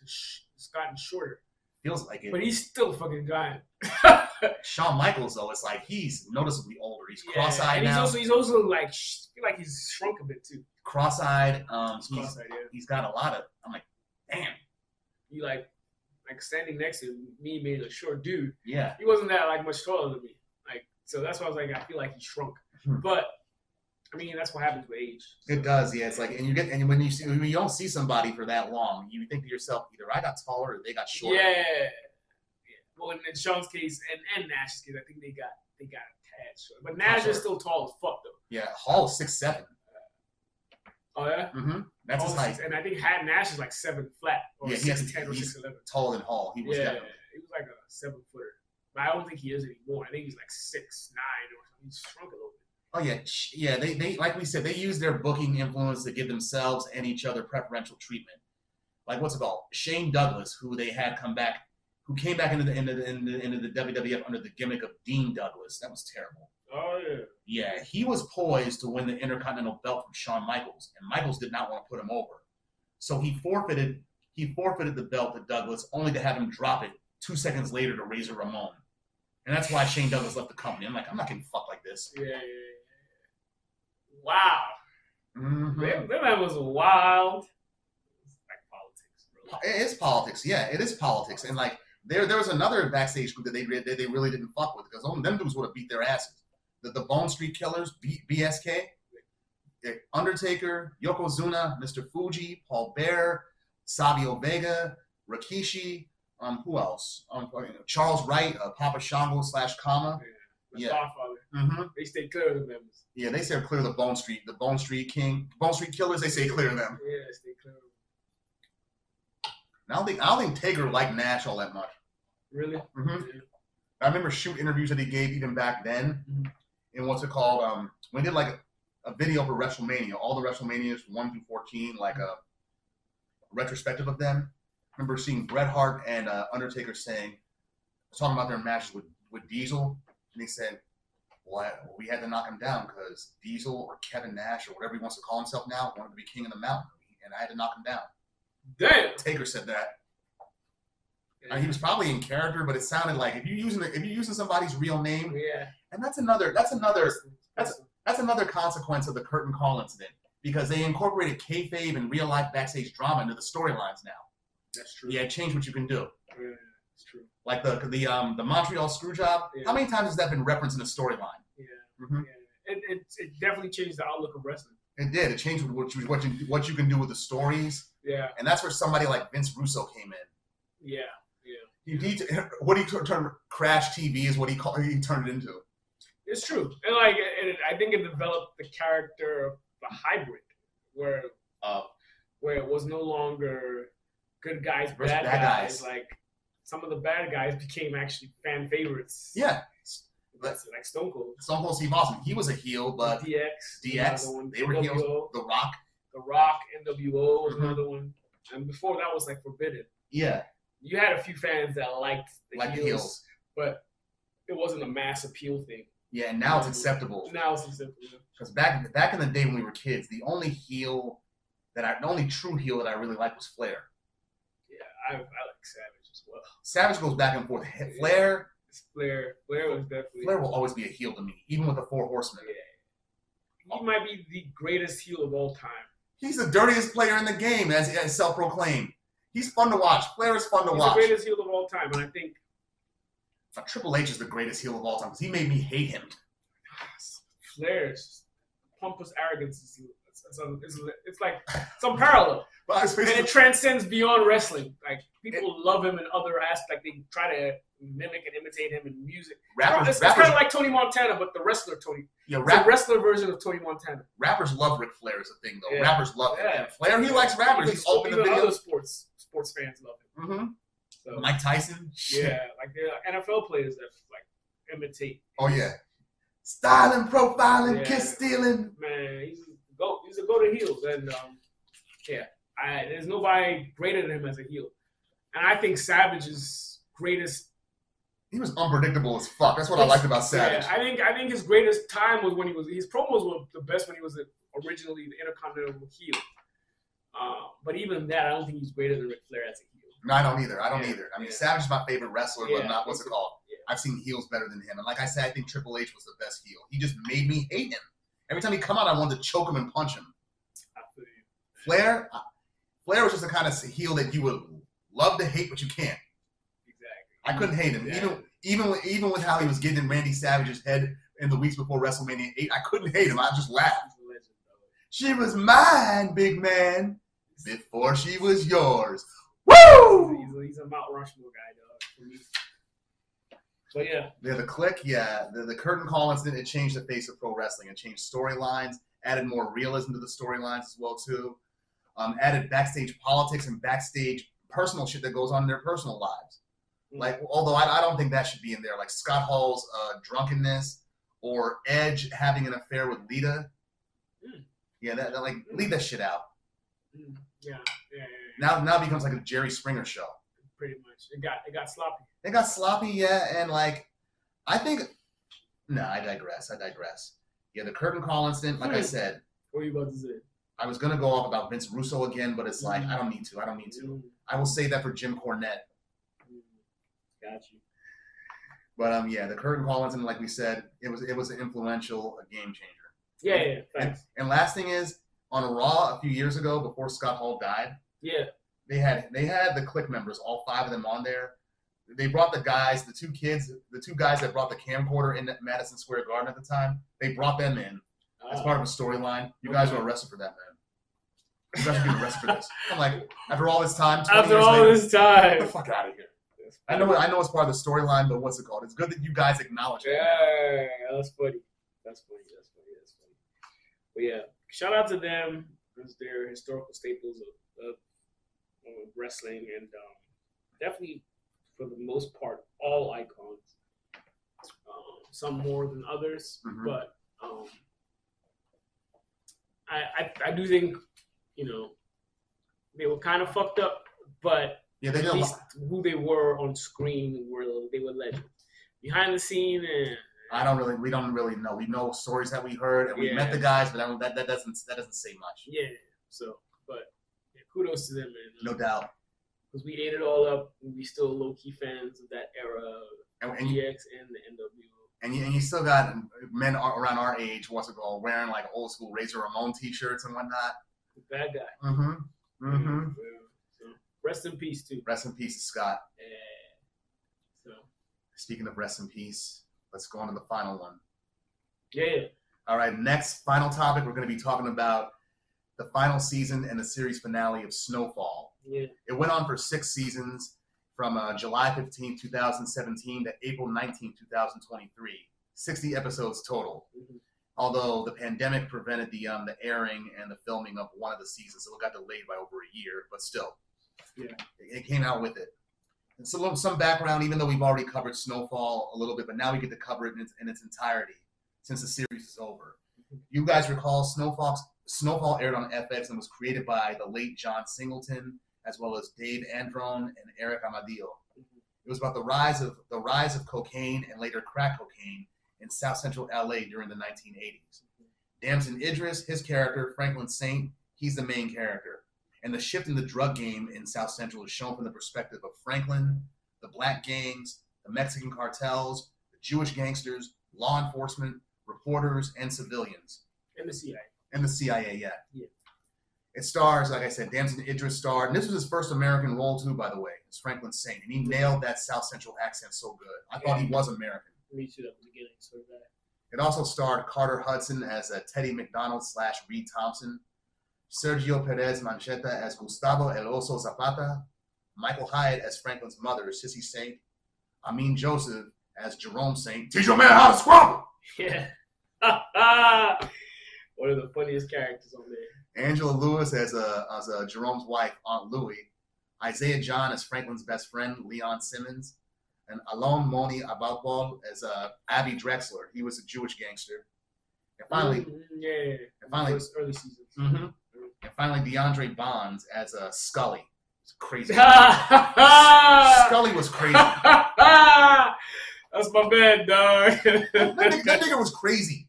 Speaker 3: has gotten shorter,
Speaker 2: feels like it.
Speaker 3: but he's still fucking giant.
Speaker 2: Shawn Michaels though, it's like he's noticeably older. He's
Speaker 3: Yeah,
Speaker 2: cross-eyed
Speaker 3: and he's
Speaker 2: now.
Speaker 3: also he's also like sh- I feel like he's shrunk a bit too.
Speaker 2: cross-eyed. Um, he's,
Speaker 3: Cross-eyed, yeah.
Speaker 2: he's got a lot of. I'm like, damn,
Speaker 3: He like like standing next to me being a short dude.
Speaker 2: yeah.
Speaker 3: He wasn't that like much taller than me. Like so that's why I was like I feel like he shrunk.
Speaker 2: Hmm.
Speaker 3: But I mean that's what happens with age.
Speaker 2: It does, yeah. It's like, and you get, and when you see, when you don't see somebody for that long, you think to yourself, either I got taller or they got shorter.
Speaker 3: Yeah. yeah. Well, in, in Sean's case and, and Nash's case, I think they got they got attached. But Nash
Speaker 2: short.
Speaker 3: is still tall as fuck though.
Speaker 2: yeah. Hall is six seven.
Speaker 3: Oh yeah.
Speaker 2: Mm-hmm. That's his
Speaker 3: Tall as
Speaker 2: height.
Speaker 3: six- Oh, and I think had Nash is like seven flat or
Speaker 2: Yeah, he has-
Speaker 3: six ten or
Speaker 2: he's-
Speaker 3: six eleven.
Speaker 2: Taller than Hall. He was
Speaker 3: yeah,
Speaker 2: definitely.
Speaker 3: he was like a seven footer, but I don't think he is anymore. I think he's like six nine or something. He's shrunk a little bit.
Speaker 2: Oh yeah, sh- yeah. They, they like we said, they use their booking influence to give themselves and each other preferential treatment. Like what's it called? Shane Douglas, who they had come back, who came back into the into the into the, into the WWF under the gimmick of Dean Douglas. That was terrible.
Speaker 3: Oh yeah,
Speaker 2: Yeah, he was poised to win the Intercontinental belt from Shawn Michaels, and Michaels did not want to put him over, so he forfeited he forfeited the belt to Douglas, only to have him drop it two seconds later to Razor Ramon, and that's why Shane Douglas left the company. I'm like, I'm not getting fucked like this.
Speaker 3: yeah, yeah. yeah. Wow,
Speaker 2: Mhm.
Speaker 3: that man was wild. It's like politics, bro.
Speaker 2: It is politics, yeah, it is politics, and like there there was another backstage group that they that they really didn't fuck with because them dudes would have beat their asses. The, the Bone Street Killers, B, BSK, eh, Undertaker, Yokozuna, Mr. Fuji, Paul Bear, Savio Vega, Rikishi, um, who else? Um, Charles Wright, uh, Papa Shango slash Kama.
Speaker 3: The
Speaker 2: Yeah.
Speaker 3: Godfather.
Speaker 2: Mm-hmm.
Speaker 3: They stay clear of the members.
Speaker 2: Yeah, they say clear the Bone Street, the Bone Street King, Bone Street Killers. They say clear them.
Speaker 3: Yeah, they stay clear. Of them.
Speaker 2: And I don't think I don't think Taker liked Nash all that much.
Speaker 3: Really?
Speaker 2: hmm
Speaker 3: Yeah.
Speaker 2: I remember shoot interviews that he gave even back then,
Speaker 3: Mhm.
Speaker 2: and what's it called? Um, we did like a, a video for WrestleMania, all the WrestleManias from one through fourteen, like a retrospective of them. I remember seeing Bret Hart and uh, Undertaker saying, talking about their matches with with Diesel, and he said, "Well, I- we had to knock him down because Diesel or Kevin Nash or whatever he wants to call himself now wanted to be king of the mountain, and I had to knock him down."
Speaker 3: Damn.
Speaker 2: Taker said that. I mean, he was probably in character, but it sounded like if you're using the, if you're using somebody's real name,
Speaker 3: yeah.
Speaker 2: and that's another that's another that's another consequence of the curtain call incident because they incorporated kayfabe and real life backstage drama into the storylines now.
Speaker 3: That's true.
Speaker 2: Yeah, change what you can do.
Speaker 3: yeah, that's true.
Speaker 2: Like the the um the Montreal Screwjob.
Speaker 3: Yeah.
Speaker 2: How many times has that been referenced in a storyline?
Speaker 3: Yeah,
Speaker 2: Mhm.
Speaker 3: yeah. It, it it definitely changed the outlook of wrestling.
Speaker 2: It did. It changed what you what you what you can do with the stories,
Speaker 3: Yeah,
Speaker 2: and that's where somebody like Vince Russo came in.
Speaker 3: yeah,
Speaker 2: He,
Speaker 3: yeah.
Speaker 2: he (laughs) what he tur- turned Crash TV is what he called he turned it into.
Speaker 3: It's true, and like, and it, I think it developed the character of a hybrid, where
Speaker 2: Uh,
Speaker 3: where it was no longer good guys,
Speaker 2: Versus
Speaker 3: bad,
Speaker 2: bad
Speaker 3: guys.
Speaker 2: guys.
Speaker 3: Like some of the bad guys became actually fan favorites.
Speaker 2: yeah,
Speaker 3: that's like Stone Cold,
Speaker 2: Stone Cold Steve Austin. He was a heel, but
Speaker 3: DX,
Speaker 2: DX,
Speaker 3: another one,
Speaker 2: they were
Speaker 3: NWO,
Speaker 2: The Rock.
Speaker 3: The Rock, NWO was
Speaker 2: Mhm.
Speaker 3: another one, and before that was like Forbidden.
Speaker 2: Yeah,
Speaker 3: You had a few fans that liked the
Speaker 2: like
Speaker 3: heels,
Speaker 2: the heels.
Speaker 3: but it wasn't a mass appeal thing.
Speaker 2: Yeah, and now it's acceptable.
Speaker 3: Now it's simple.
Speaker 2: Because back back in the day when we were kids, the only heel that I the only true heel that I really liked was Flair.
Speaker 3: I, I like Savage as well.
Speaker 2: Savage goes back and forth. He- Flair
Speaker 3: It's Flair. Flair was definitely.
Speaker 2: Flair will always be a heel to me, even with the Four Horsemen.
Speaker 3: Yeah. He might be the greatest heel of all time.
Speaker 2: He's the dirtiest player in the game, as, as self-proclaimed. He's fun to watch. Flair is fun to
Speaker 3: He's the
Speaker 2: watch.
Speaker 3: greatest heel of all time, and I think
Speaker 2: Uh, Triple H is the greatest heel of all time because he made me hate him.
Speaker 3: Flair's pompous arrogance is it's, it's, it's, it's like
Speaker 2: (laughs)
Speaker 3: it's unparalleled,
Speaker 2: But I was
Speaker 3: and it
Speaker 2: facing-
Speaker 3: transcends beyond wrestling. Like people love him in other aspects. They try to mimic and imitate him in music.
Speaker 2: rappers,
Speaker 3: it's
Speaker 2: rappers,
Speaker 3: kind of like Tony Montana, but the wrestler Tony.
Speaker 2: yeah,
Speaker 3: It's
Speaker 2: rap,
Speaker 3: a wrestler version of Tony Montana.
Speaker 2: rappers love Ric Flair is a thing though.
Speaker 3: Yeah.
Speaker 2: Rappers love him.
Speaker 3: Yeah.
Speaker 2: And Flair, he likes rappers.
Speaker 3: Even,
Speaker 2: He's open to
Speaker 3: even other
Speaker 2: videos.
Speaker 3: sports sports fans love him.
Speaker 2: Mhm.
Speaker 3: So
Speaker 2: Mike Tyson. Shit.
Speaker 3: yeah, like there are NFL players that like imitate.
Speaker 2: Oh yeah. Styling, profiling,
Speaker 3: Yeah.
Speaker 2: kiss stealing.
Speaker 3: man, he's a go he's a go to heels, and um, yeah, I, there's nobody greater than him as a heel. And I think Savage's greatest.
Speaker 2: He was unpredictable as fuck. That's what I liked about Savage.
Speaker 3: Yeah, I think I think his greatest time was when he was his promos were the best when he was originally the Intercontinental heel. Uh, but even that, I don't think he's greater than Ric Flair as a heel.
Speaker 2: no, I don't either. I don't
Speaker 3: Yeah.
Speaker 2: either. I mean,
Speaker 3: Yeah.
Speaker 2: Savage is my favorite wrestler, but
Speaker 3: Yeah.
Speaker 2: not what's it called.
Speaker 3: Yeah.
Speaker 2: I've seen heels better than him, and like I said, I think Triple H was the best heel. He just made me hate him. Every time he come out, I wanted to choke him and punch him.
Speaker 3: I feel you.
Speaker 2: Flair, Flair was just the kind of heel that you would love to hate, but you can't.
Speaker 3: Exactly.
Speaker 2: I couldn't hate him,
Speaker 3: Yeah.
Speaker 2: even even with, even with how he was getting in Randy Savage's head in the weeks before WrestleMania Eight. I couldn't hate him. I just laughed.
Speaker 3: He's a legend, though.
Speaker 2: She was mine, big man, before she was yours. Woo!
Speaker 3: He's a, he's a Mount Rushmore guy, dog. For me. But yeah,
Speaker 2: Yeah, the click, yeah. The, the curtain call incident, it changed the face of pro wrestling. It changed storylines, added more realism to the storylines as well, too. Um, added backstage politics and backstage personal shit that goes on in their personal lives.
Speaker 3: Mm.
Speaker 2: Like, although I, I don't think that should be in there. Like Scott Hall's uh, drunkenness or Edge having an affair with Lita.
Speaker 3: Mm.
Speaker 2: Yeah, that, that, like, leave that shit out.
Speaker 3: Mm, yeah, yeah, yeah, yeah.
Speaker 2: Now, now it becomes like a Jerry Springer show.
Speaker 3: pretty much. It got it got sloppy.
Speaker 2: They got sloppy, yeah, and like I think no, I digress. I digress. Yeah, the curtain call incident, like I
Speaker 3: Hmm.
Speaker 2: said,
Speaker 3: What were you about to say?
Speaker 2: I was gonna go off about Vince Russo again, but it's like I don't need to, I don't need to.
Speaker 3: Mm,
Speaker 2: I will say that for Jim Cornette.
Speaker 3: mm, Got you.
Speaker 2: But um yeah, the curtain call incident, like we said, it was it was an influential, a game changer.
Speaker 3: Yeah, yeah, yeah,
Speaker 2: And,
Speaker 3: thanks.
Speaker 2: and last thing is on Raw a few years ago, before Scott Hall died,
Speaker 3: Yeah,
Speaker 2: they had they had the click members, all five of them on there. They brought the guys, the two kids, the two guys that brought the camcorder in at Madison Square Garden at the time. They brought them in as
Speaker 3: uh,
Speaker 2: part of a storyline. You guys
Speaker 3: Okay.
Speaker 2: were arrested for that, man. You guys are getting arrested for this. I'm like, after all this time, 20
Speaker 3: after
Speaker 2: years
Speaker 3: all
Speaker 2: later, get
Speaker 3: this
Speaker 2: the
Speaker 3: time.
Speaker 2: fuck out of here. I know, I know it's part of the storyline, but what's it called? It's good that you guys acknowledge it.
Speaker 3: Yeah, that's funny. That's funny. That's funny. That's funny. But yeah, shout out to them because they're historical staples of, of, of wrestling and um, definitely, for the most part, all icons. Um, some more than others,
Speaker 2: Mhm.
Speaker 3: but um, I, I I do think you know they were kind of fucked up, but
Speaker 2: Yeah, they did
Speaker 3: at
Speaker 2: a
Speaker 3: least
Speaker 2: lot.
Speaker 3: who they were on screen were they were legends. Behind the scene, eh, and
Speaker 2: I don't really, we don't really know. We know stories that we heard and we
Speaker 3: Yeah.
Speaker 2: met the guys, but I don't, that, that doesn't that doesn't say much.
Speaker 3: yeah. So, but yeah, kudos to them, man.
Speaker 2: No doubt.
Speaker 3: Because we ate it all up. and We still low key fans of that era, of
Speaker 2: And, and you
Speaker 3: DX and the NWO.
Speaker 2: and you, and you still got men ar- around our age, what's it called, wearing like old school Razor Ramon t-shirts and whatnot.
Speaker 3: The bad guy.
Speaker 2: Mm-hmm. Mm-hmm.
Speaker 3: Yeah, So, rest in peace too.
Speaker 2: Rest in peace, Scott.
Speaker 3: Yeah. So
Speaker 2: Speaking of rest in peace, let's go on to the final one.
Speaker 3: yeah, yeah.
Speaker 2: All right, next final topic, we're going to be talking about the final season and the series finale of Snowfall.
Speaker 3: yeah.
Speaker 2: It went on for six seasons from uh, July 15, 2017 to April 19, 2023. 60 episodes total.
Speaker 3: Mhm.
Speaker 2: although the pandemic prevented the um, the airing and the filming of one of the seasons, so it got delayed by over a year. But still,
Speaker 3: Yeah.
Speaker 2: it, it came out with it. And so some background, even though we've already covered Snowfall a little bit, but now we get to cover it in its, in its entirety since the series is over. You guys recall Snowfall? Snowfall aired on FX and was created by the late John Singleton, as well as Dave Androne and Eric Amadio. It was about the rise of the rise of cocaine and later crack cocaine in South Central LA during the 1980s. Damson Idris, his character, Franklin Saint, he's the main character. And the shift in the drug game in South Central is shown from the perspective of Franklin, the black gangs, the Mexican cartels, the Jewish gangsters, law enforcement, reporters, and civilians
Speaker 3: And the CIA.
Speaker 2: and the CIA, yeah.
Speaker 3: Yeah.
Speaker 2: It stars, like I said, Damson Idris starred, and this was his first American role too, by the way. It's Franklin Saint, and he nailed that South Central accent so good. I thought he was American.
Speaker 3: Me too at the beginning, so that.
Speaker 2: It also starred Carter Hudson as uh, Teddy McDonald slash Reed Thompson, Sergio Perez Mancheta as Gustavo El Oso Zapata, Michael Hyatt as Franklin's mother, Sissy Saint, Amin Joseph as Jerome Saint. Teach your man how to scrumble!
Speaker 3: (laughs) Yeah. (laughs) One of the funniest characters on there.
Speaker 2: Angela Lewis as, uh, as uh, Jerome's wife, Aunt Louie, Isaiah John as Franklin's best friend, Leon Simmons, and Alon Moni Abalbal as uh, Abby Drexler. He was a Jewish gangster. And finally,
Speaker 3: Mm, yeah, yeah, yeah.
Speaker 2: and finally,
Speaker 3: First early seasons.
Speaker 2: Mhm. and finally, DeAndre Bonds as uh, Scully. It's
Speaker 3: (laughs)
Speaker 2: crazy. Scully was crazy. that,
Speaker 3: That's my bad, dog. (laughs)
Speaker 2: nigga, that nigga was crazy.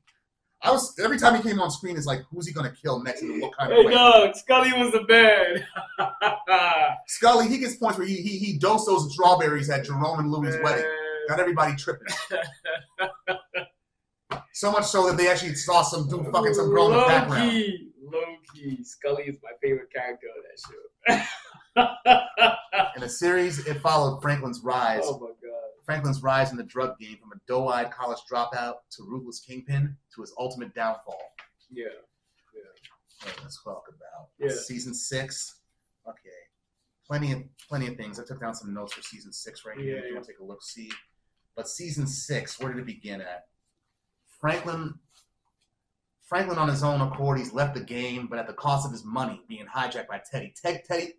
Speaker 2: I was every time he came on screen, it's like, who's he gonna kill next, and what kind of
Speaker 3: hey,
Speaker 2: way?
Speaker 3: dog. Scully was the
Speaker 2: (laughs)
Speaker 3: bad.
Speaker 2: Scully, he gets points where he he, he dosed those strawberries at Jerome and Louis' wedding. Got everybody tripping. so much so that they actually saw some dude fucking some girl in the
Speaker 3: Low
Speaker 2: background.
Speaker 3: Key, low key. Scully is my favorite character on that show. (laughs)
Speaker 2: In the series, it followed Franklin's rise.
Speaker 3: oh my god.
Speaker 2: Franklin's rise in the drug game from a doe-eyed college dropout to ruthless kingpin to his ultimate downfall.
Speaker 3: Yeah.
Speaker 2: Well, Let's talk about
Speaker 3: Yeah.
Speaker 2: season six. Okay, plenty of plenty of things. I took down some notes for season six right here.
Speaker 3: Yeah,
Speaker 2: If you
Speaker 3: yeah.
Speaker 2: want to take a look, see. But season six, where did it begin at? Franklin. Franklin, on his own accord, he's left the game, but at the cost of his money being hijacked by Teddy. Ted, Teddy.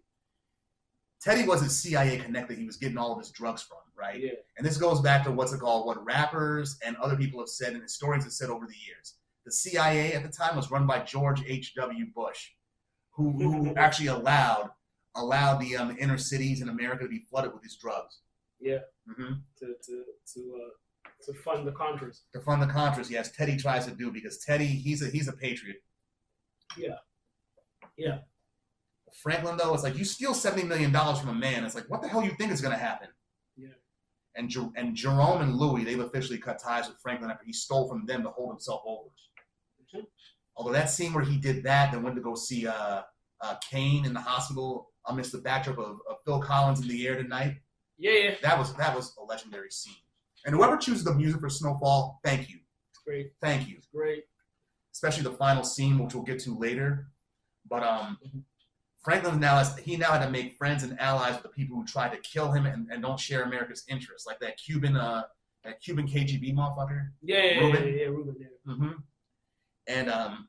Speaker 2: Teddy was his CIA connect that he was getting all of his drugs from, right?
Speaker 3: Yeah.
Speaker 2: And this goes back to what's it called, what rappers and other people have said and historians have said over the years. The CIA at the time was run by George H.W. Bush, who, who actually allowed allowed the um, inner cities in America to be flooded with these drugs.
Speaker 3: Yeah.
Speaker 2: hmm
Speaker 3: To to to uh, to fund the Contras.
Speaker 2: To fund the Contras, yes, Teddy tries to do because Teddy, he's a he's a patriot.
Speaker 3: Yeah. Yeah.
Speaker 2: Franklin though, it's like you steal seventy million dollars from a man. It's like what the hell you think is gonna happen?
Speaker 3: Yeah.
Speaker 2: And Jer- and Jerome and Louis, they've officially cut ties with Franklin after he stole from them to hold himself over.
Speaker 3: Mhm.
Speaker 2: Although that scene where he did that, then went to go see uh, uh, Kane in the hospital amidst the backdrop of, of Phil Collins in the air tonight,
Speaker 3: Yeah, yeah.
Speaker 2: that was that was a legendary scene. And whoever chooses the music for Snowfall, thank you,
Speaker 3: It's great.
Speaker 2: thank you
Speaker 3: It's great.
Speaker 2: especially the final scene, which we'll get to later. But um, Franklin now has he now had to make friends and allies with the people who tried to kill him and, and don't share America's interests, like that Cuban uh that Cuban KGB motherfucker.
Speaker 3: Yeah, yeah, yeah,
Speaker 2: Ruben.
Speaker 3: yeah, yeah, Ruben. Yeah.
Speaker 2: Mm-hmm. And um,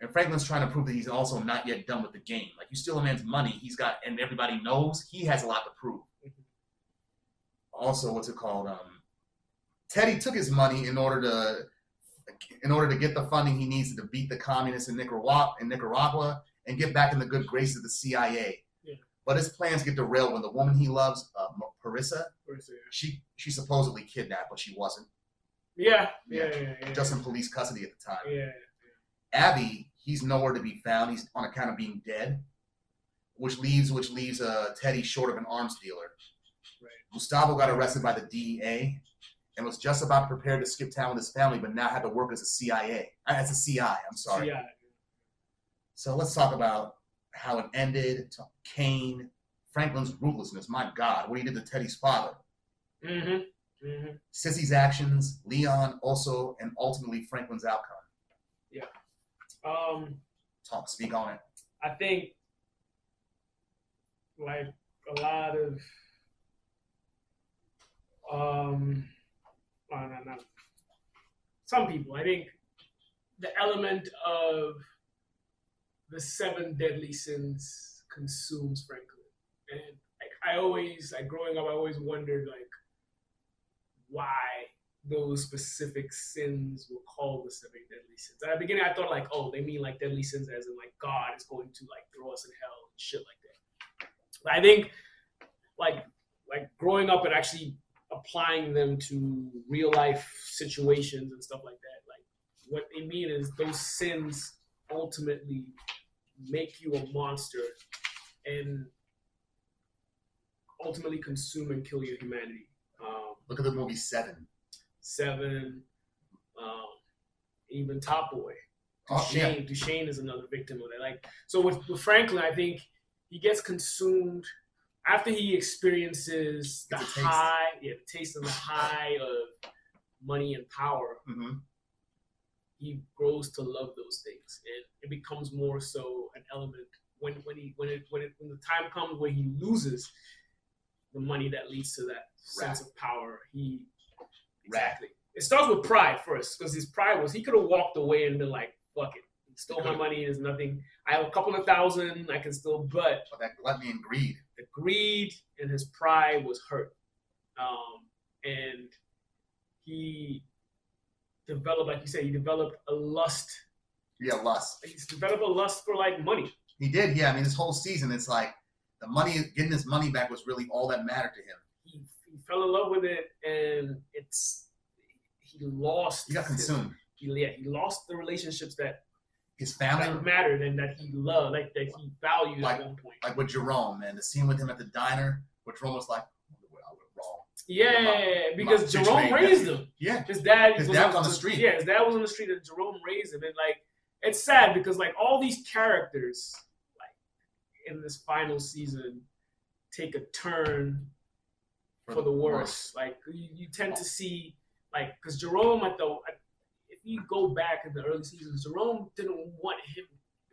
Speaker 2: and Franklin's trying to prove that he's also not yet done with the game. Like you steal a man's money, he's got, and everybody knows he has a lot to prove.
Speaker 3: Mhm. Mm-hmm.
Speaker 2: Also, what's it called? Um, Teddy took his money in order to in order to get the funding he needs to beat the communists in Nicaragua in Nicaragua and get back in the good graces of the CIA.
Speaker 3: Yeah.
Speaker 2: But his plans get derailed when the woman he loves, uh, Ma- Parissa,
Speaker 3: Where's there?
Speaker 2: she she supposedly kidnapped, but she wasn't.
Speaker 3: Yeah, yeah, yeah, yeah. yeah.
Speaker 2: Just in police custody at the time.
Speaker 3: Yeah.
Speaker 2: Abby, he's nowhere to be found. He's on account of being dead, which leaves which leaves uh, Teddy short of an arms dealer.
Speaker 3: Right.
Speaker 2: Gustavo got arrested by the DEA and was just about prepared to skip town with his family, but now had to work as a CIA, uh, as a CI. I'm sorry.
Speaker 3: Yeah.
Speaker 2: So let's talk about how it ended. t- Kane, Franklin's ruthlessness. My God, what he did to Teddy's father.
Speaker 3: Mm-hmm. Mm-hmm.
Speaker 2: Sissy's actions, Leon also, and ultimately Franklin's outcome.
Speaker 3: Um,
Speaker 2: Talk, speak on it.
Speaker 3: I think like a lot of um, well, not, not, some people. I think the element of the seven deadly sins consumes Franklin, and like I always, like growing up, I always wondered like why those specific sins were called the seven deadly sins. At the beginning, I thought like, oh, they mean like deadly sins as in like God is going to like throw us in hell and shit like that. But I think like like growing up and actually applying them to real life situations and stuff like that, like what they mean is those sins ultimately make you a monster and ultimately consume and kill your humanity. Um,
Speaker 2: Look at the movie Seven.
Speaker 3: Seven, um, even Top Boy.
Speaker 2: Oh, yeah.
Speaker 3: Duchesne, Duchesne is another victim of that. Like so with, with Franklin, I think he gets consumed after he experiences the
Speaker 2: Gets a taste.
Speaker 3: high, yeah, the taste of the high of money and power.
Speaker 2: hmm
Speaker 3: He grows to love those things, and it becomes more so an element when when he when it when it when the time comes when he loses the money that leads to that sense of power. He
Speaker 2: Exactly.
Speaker 3: it starts with pride first, because his pride was he could have walked away and been like, "Fuck it, he stole my
Speaker 2: Could've.
Speaker 3: money. There's nothing. I have a couple of thousand. I can still." But
Speaker 2: But that gluttony and greed.
Speaker 3: the greed and his pride was hurt, um, and he developed, like you said, he developed a lust.
Speaker 2: Yeah, lust.
Speaker 3: He's developed a lust for like money.
Speaker 2: He did. Yeah, I mean, this whole season, it's like the money, getting his money back was really all that mattered to him.
Speaker 3: He, he fell in love with it, and it's he lost.
Speaker 2: He got consumed.
Speaker 3: He, yeah, he lost the relationships that
Speaker 2: His
Speaker 3: that
Speaker 2: family,
Speaker 3: mattered and that he loved, like that he valued
Speaker 2: Like-
Speaker 3: at one point.
Speaker 2: like with Jerome, man, the scene with him at the diner, where Jerome was like, "I wonder where I went wrong."
Speaker 3: yeah, because
Speaker 2: my
Speaker 3: Jerome
Speaker 2: situation,
Speaker 3: raised
Speaker 2: yeah.
Speaker 3: him.
Speaker 2: Yeah,
Speaker 3: His dad,
Speaker 2: His dad was on the street.
Speaker 3: Yeah, his dad was on the street, and Jerome raised him. And like, it's sad because like all these characters, like in this final season, take a turn for, the worse. Like you, you tend to see like because Jerome at the at- if you go back in the early seasons, Jerome didn't want him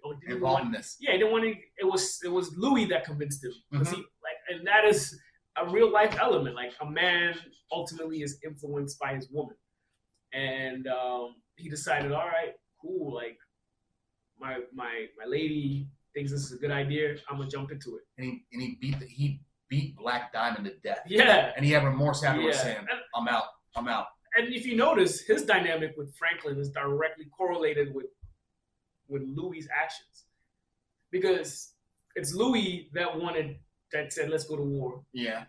Speaker 3: or didn't want
Speaker 2: Involved in this.
Speaker 3: Yeah, he didn't want to. It was it was Louis that convinced him 'Cause he like, and that is a real life element. Like a man ultimately is influenced by his woman, and um, he decided, all right, cool, like my my my lady thinks this is a good idea. I'm gonna jump into it.
Speaker 2: and he and he beat the, he beat Black Diamond to death.
Speaker 3: Yeah,
Speaker 2: And he had remorse afterwards,
Speaker 3: Yeah.
Speaker 2: saying, "I'm out, I'm out."
Speaker 3: and if you notice, his dynamic with Franklin is directly correlated with with Louis's actions, because it's Louis that wanted that said, let's go to war.
Speaker 2: Yeah,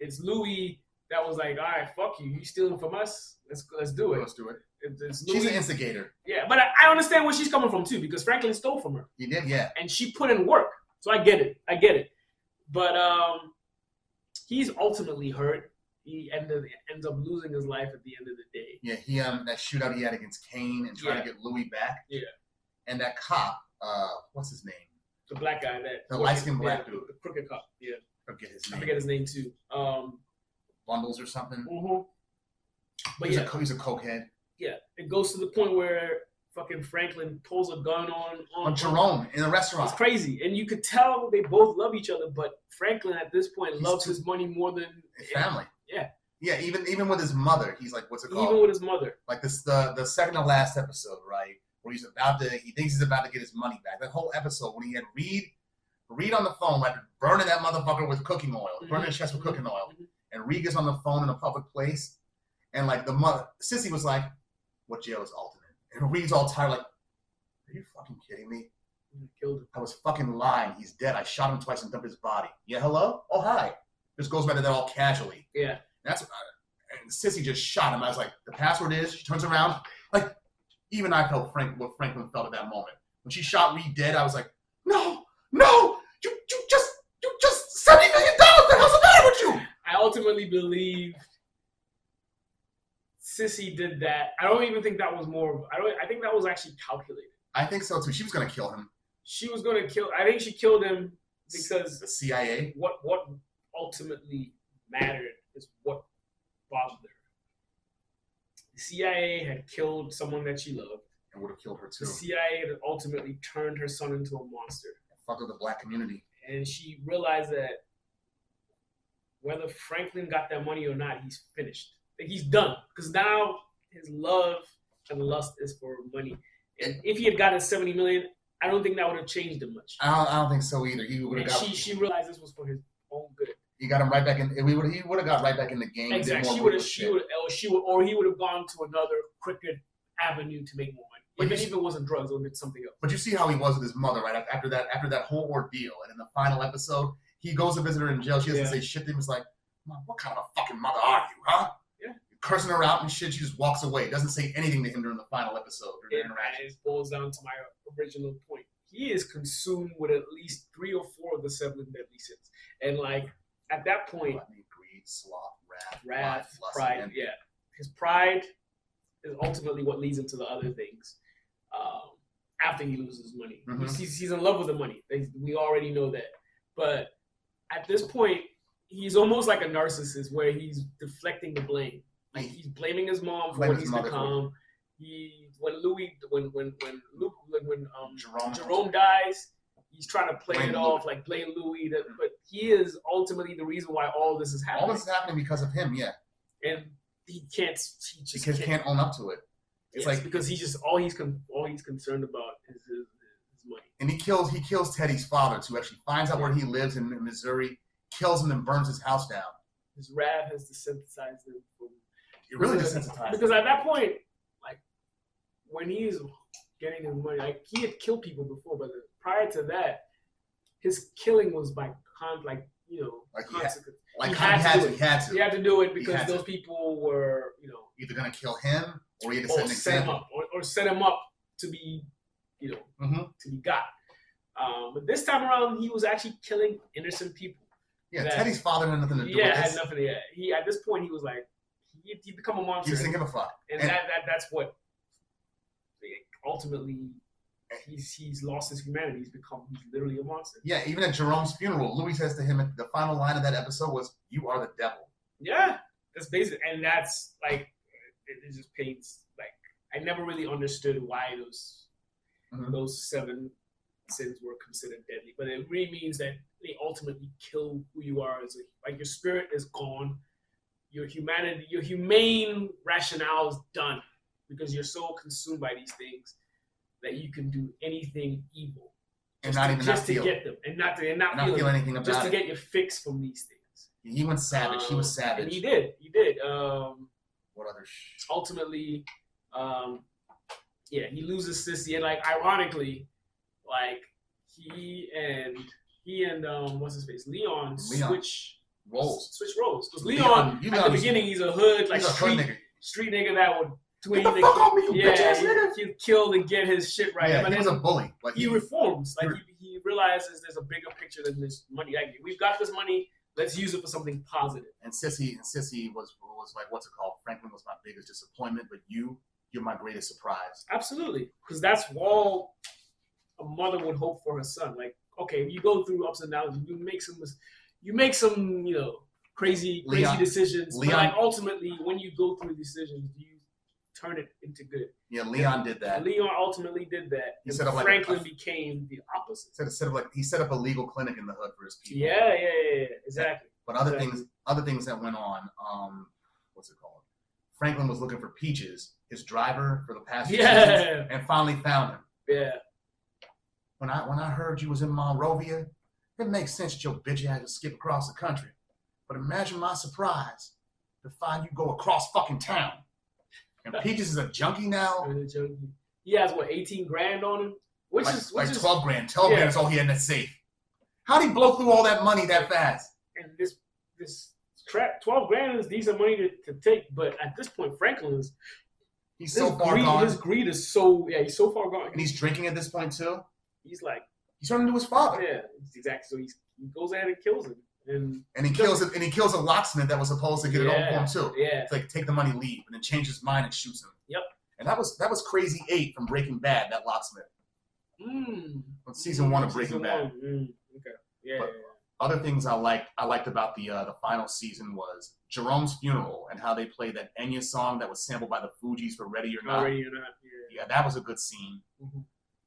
Speaker 3: it's Louis that was like, all right, fuck you, you stealing from us? Let's let's do it.
Speaker 2: let's do it.
Speaker 3: It's, it's
Speaker 2: She's
Speaker 3: Louis.
Speaker 2: an instigator.
Speaker 3: yeah, but I, I understand where she's coming from too because Franklin stole from her
Speaker 2: He did, yeah.
Speaker 3: and she put in work, so I get it, I get it. But um, he's ultimately hurt. He ended, ends up losing his life at the end of the day.
Speaker 2: Yeah, he um that shootout he had against Kane and trying to get Louis back.
Speaker 3: Yeah.
Speaker 2: And that cop, uh, what's his name?
Speaker 3: The black guy that
Speaker 2: The light-skinned black
Speaker 3: yeah,
Speaker 2: dude.
Speaker 3: the crooked cop. Yeah,
Speaker 2: Forget his
Speaker 3: I
Speaker 2: name.
Speaker 3: forget his name too. Um,
Speaker 2: Bundles or something.
Speaker 3: mhm. but
Speaker 2: he's
Speaker 3: yeah,
Speaker 2: a co- he's a cokehead.
Speaker 3: yeah, it goes to the point where fucking Franklin pulls a gun on on
Speaker 2: On Jerome in the restaurant.
Speaker 3: Oh, It's crazy, and you could tell they both love each other. But Franklin, at this point,
Speaker 2: He's
Speaker 3: loves
Speaker 2: too-
Speaker 3: his money more than
Speaker 2: His family.
Speaker 3: Yeah.
Speaker 2: Yeah, even even with his mother, he's like, what's it called?
Speaker 3: even with his mother.
Speaker 2: like this the the second to last episode, right? Where he's about to he thinks he's about to get his money back. That whole episode when he had Reed Reed on the phone, like burning that motherfucker with cooking oil, burning his chest with cooking oil.
Speaker 3: Mhm.
Speaker 2: And Reed gets on the phone in a public place and like the mother Sissy was like, What jail is alternate? And Reed's all tired, like, Are you fucking kidding me?
Speaker 3: Killed him.
Speaker 2: I was fucking lying. He's dead. I shot him twice and dumped his body. Yeah, hello? Oh hi. Just goes back to that all casually.
Speaker 3: Yeah,
Speaker 2: That's what I, and Sissy just shot him. I was like, the password is. She turns around. Like, even I felt Frank what Franklin felt at that moment when she shot Reed dead. I was like, no, no, you you just you just seventy million dollars. What the hell's the matter with you?
Speaker 3: I ultimately believe Sissy did that. I don't even think that was more. Of, I don't. I think that was actually calculated.
Speaker 2: I think so too. She was gonna kill him.
Speaker 3: She was going to kill. I think she killed him because
Speaker 2: The CIA.
Speaker 3: what what ultimately mattered is what bothered her. The CIA had killed someone that she loved.
Speaker 2: And would have killed her too.
Speaker 3: The CIA had ultimately turned her son into a monster.
Speaker 2: Fuck with the black community.
Speaker 3: and she realized that whether Franklin got that money or not, he's finished. Like he's done because now his love and lust is for money. And if he had gotten seventy million, I don't think that would have changed him much.
Speaker 2: I don't, I don't think so either. He would have
Speaker 3: And
Speaker 2: got.
Speaker 3: she she realized this was for his own good.
Speaker 2: he got him right back in. We would. He would have got right back in the game. and did
Speaker 3: Exactly.
Speaker 2: more
Speaker 3: She would have
Speaker 2: ruthless
Speaker 3: she
Speaker 2: shit.
Speaker 3: would or she would or he would have gone to another crooked avenue to make more
Speaker 2: But
Speaker 3: money. Even
Speaker 2: you-
Speaker 3: if it wasn't drugs or if it's something else.
Speaker 2: But you see how he was with his mother, right? After that, after that whole ordeal, and in the final episode, he goes to visit her in jail. She doesn't
Speaker 3: Yeah.
Speaker 2: say shit to him. He's like, "Mom, what kind of a fucking mother are you, huh?"
Speaker 3: Yeah.
Speaker 2: Cursing her out and shit. She just walks away. Doesn't say anything to him during the final episode or their
Speaker 3: it,
Speaker 2: interaction.
Speaker 3: it boils down to my original point. He is consumed with at least three or four of the seven deadly sins, and like at that point,
Speaker 2: Gluttony, greed, sloth, wrath,
Speaker 3: wrath,
Speaker 2: lust,
Speaker 3: pride,
Speaker 2: and-
Speaker 3: yeah, his pride is ultimately what leads him to the other things. Um, after he loses money.
Speaker 2: Mhm.
Speaker 3: He's, he's in love with the money. They- We already know that. But at this point, he's almost like a narcissist where he's deflecting the blame. Like he's blaming his mom for
Speaker 2: Blame
Speaker 3: what
Speaker 2: his
Speaker 3: he's
Speaker 2: mother for-
Speaker 3: become. He when Louis when when when Luke when, when um
Speaker 2: Jerome.
Speaker 3: Jerome dies, he's trying to play
Speaker 2: Blame
Speaker 3: it
Speaker 2: Louis.
Speaker 3: off like blame Louis. That, but he is ultimately the reason why all this is
Speaker 2: All
Speaker 3: happening,
Speaker 2: this is happening because of him, yeah.
Speaker 3: and he can't. He just
Speaker 2: Because he can't own up to it.
Speaker 3: It's
Speaker 2: It's
Speaker 3: like
Speaker 2: like-
Speaker 3: because he just all he's con- all he's concerned about is his, his money.
Speaker 2: and he kills he kills Teddy's father too. Actually, finds out where he lives in Missouri, kills him, and burns his house down.
Speaker 3: His wrath has desensitized him from
Speaker 2: It really
Speaker 3: Because-
Speaker 2: desensitized. him.
Speaker 3: because at that point, like when he's getting his money, like he had killed people before, but prior to that, his killing was by con like you know
Speaker 2: Like he had-
Speaker 3: consequence.
Speaker 2: Like
Speaker 3: he
Speaker 2: he
Speaker 3: had
Speaker 2: had,
Speaker 3: to do
Speaker 2: to,
Speaker 3: it.
Speaker 2: he had to.
Speaker 3: He had to do it because
Speaker 2: had to.
Speaker 3: those people were you know
Speaker 2: Either gonna kill him or he had to
Speaker 3: or
Speaker 2: set an
Speaker 3: set him
Speaker 2: example.
Speaker 3: Oh, up or, or set him up to be you know
Speaker 2: hmm
Speaker 3: to be got. Um, but this time around, he was actually killing innocent people.
Speaker 2: Yeah,
Speaker 3: That-
Speaker 2: Teddy's father had nothing to do
Speaker 3: yeah,
Speaker 2: with
Speaker 3: had
Speaker 2: this.
Speaker 3: nothing. Yeah, he at this point he was like he he become a
Speaker 2: He
Speaker 3: monster,
Speaker 2: just didn't give a fuck.
Speaker 3: and
Speaker 2: and-
Speaker 3: that, that that's what like, ultimately he's he's lost his humanity. He's become he's literally a monster.
Speaker 2: Yeah, even at Jerome's funeral, Louis says to him at the final line of that episode was, "You are the devil."
Speaker 3: Yeah, that's basic, and that's like it, it just paints like I never really understood why those
Speaker 2: Mhm.
Speaker 3: those seven sins were considered deadly, but it really means that they ultimately kill who you are as a, like your spirit is gone, your humanity, your humane rationale is done because you're so consumed by these things that you can do anything evil
Speaker 2: And not
Speaker 3: to-
Speaker 2: even
Speaker 3: just
Speaker 2: not
Speaker 3: to
Speaker 2: feel,
Speaker 3: get them and not to and not,
Speaker 2: not
Speaker 3: feel,
Speaker 2: feel
Speaker 3: them,
Speaker 2: anything about
Speaker 3: just to
Speaker 2: it.
Speaker 3: get your fix from these things.
Speaker 2: he went savage. he was
Speaker 3: Um, And he
Speaker 2: savage.
Speaker 3: did. He did. Um,
Speaker 2: What other? Sh-
Speaker 3: ultimately, um, yeah, he loses Sissy, and like ironically, like he and he and um, what's his face, Leon,
Speaker 2: Leon.
Speaker 3: switch
Speaker 2: Roles.
Speaker 3: Switch roles. Because Leon,
Speaker 2: Leon- you know
Speaker 3: at the
Speaker 2: he's-
Speaker 3: beginning, he's a hood, like
Speaker 2: He's a hood
Speaker 3: street,
Speaker 2: nigga.
Speaker 3: street nigga that would do
Speaker 2: Get the
Speaker 3: anything.
Speaker 2: fuck off me, you
Speaker 3: yeah,
Speaker 2: bitch-ass
Speaker 3: he-
Speaker 2: nigga.
Speaker 3: he'd kill and get his shit right.
Speaker 2: yeah,
Speaker 3: but
Speaker 2: he was
Speaker 3: then
Speaker 2: a bully. Like
Speaker 3: he reforms. Like
Speaker 2: Sure.
Speaker 3: he, he realizes there's a bigger picture than this money. Like we've got this money. Let's use it for something positive.
Speaker 2: and Sissy and Sissy was was like what's it called? Franklin was my biggest disappointment, but you you're my greatest surprise.
Speaker 3: Absolutely, because that's all a mother would hope for her son. Like, okay, you go through ups and downs. You make some, mis- you make some, you know, crazy, crazy
Speaker 2: Leon-
Speaker 3: decisions. But
Speaker 2: Leon-
Speaker 3: like ultimately, when you go through decisions, you turn it into good.
Speaker 2: Yeah, Leon did that.
Speaker 3: Leon ultimately did that.
Speaker 2: He
Speaker 3: and
Speaker 2: set up like a-
Speaker 3: Franklin became the opposite.
Speaker 2: Set, set up like he set up a legal clinic in the hood for his people.
Speaker 3: Yeah, yeah, yeah, yeah, exactly.
Speaker 2: But other
Speaker 3: Exactly.
Speaker 2: things other things that went on, um what's it called? Franklin was looking for Peaches, his driver for the past few seasons,
Speaker 3: Yeah,
Speaker 2: and finally found him.
Speaker 3: yeah.
Speaker 2: When I when I heard you was in Monrovia, it makes sense that your bitch ass would skip across the country. But imagine my surprise to find you go across fucking town. And Peaches is a junkie now.
Speaker 3: Kinda junky. He has what 18 grand on him, which
Speaker 2: like,
Speaker 3: is which
Speaker 2: like
Speaker 3: is
Speaker 2: 12 grand. 12
Speaker 3: yeah.
Speaker 2: grand is all he had in that safe. How'd he blow through all that money that fast?
Speaker 3: and this this trap 12 grand is decent money to, to take, but at this point Franklin's
Speaker 2: He's
Speaker 3: his
Speaker 2: so far
Speaker 3: greed,
Speaker 2: gone.
Speaker 3: his greed is so yeah he's so far gone.
Speaker 2: And he's drinking at this point, too.
Speaker 3: he's like
Speaker 2: He's turning into his father.
Speaker 3: yeah it's exactly so he's, he goes ahead and kills him and
Speaker 2: And he kills it. And he kills a locksmith that was supposed to get it
Speaker 3: Yeah.
Speaker 2: all for him, too.
Speaker 3: yeah
Speaker 2: It's like, take the money, leave. And then changes his mind and shoots him.
Speaker 3: Yep.
Speaker 2: And that was that was Crazy Eight from Breaking Bad, that locksmith.
Speaker 3: mm.
Speaker 2: From season one of Breaking
Speaker 3: Season
Speaker 2: Bad.
Speaker 3: one, mm, okay yeah,
Speaker 2: But- Other things I liked I liked about the uh, the final season was Jerome's funeral and how they played that Enya song that was sampled by the Fugees for Ready or
Speaker 3: yeah.
Speaker 2: Not.
Speaker 3: already you're not yeah.
Speaker 2: Yeah, that was a good scene.
Speaker 3: Mhm.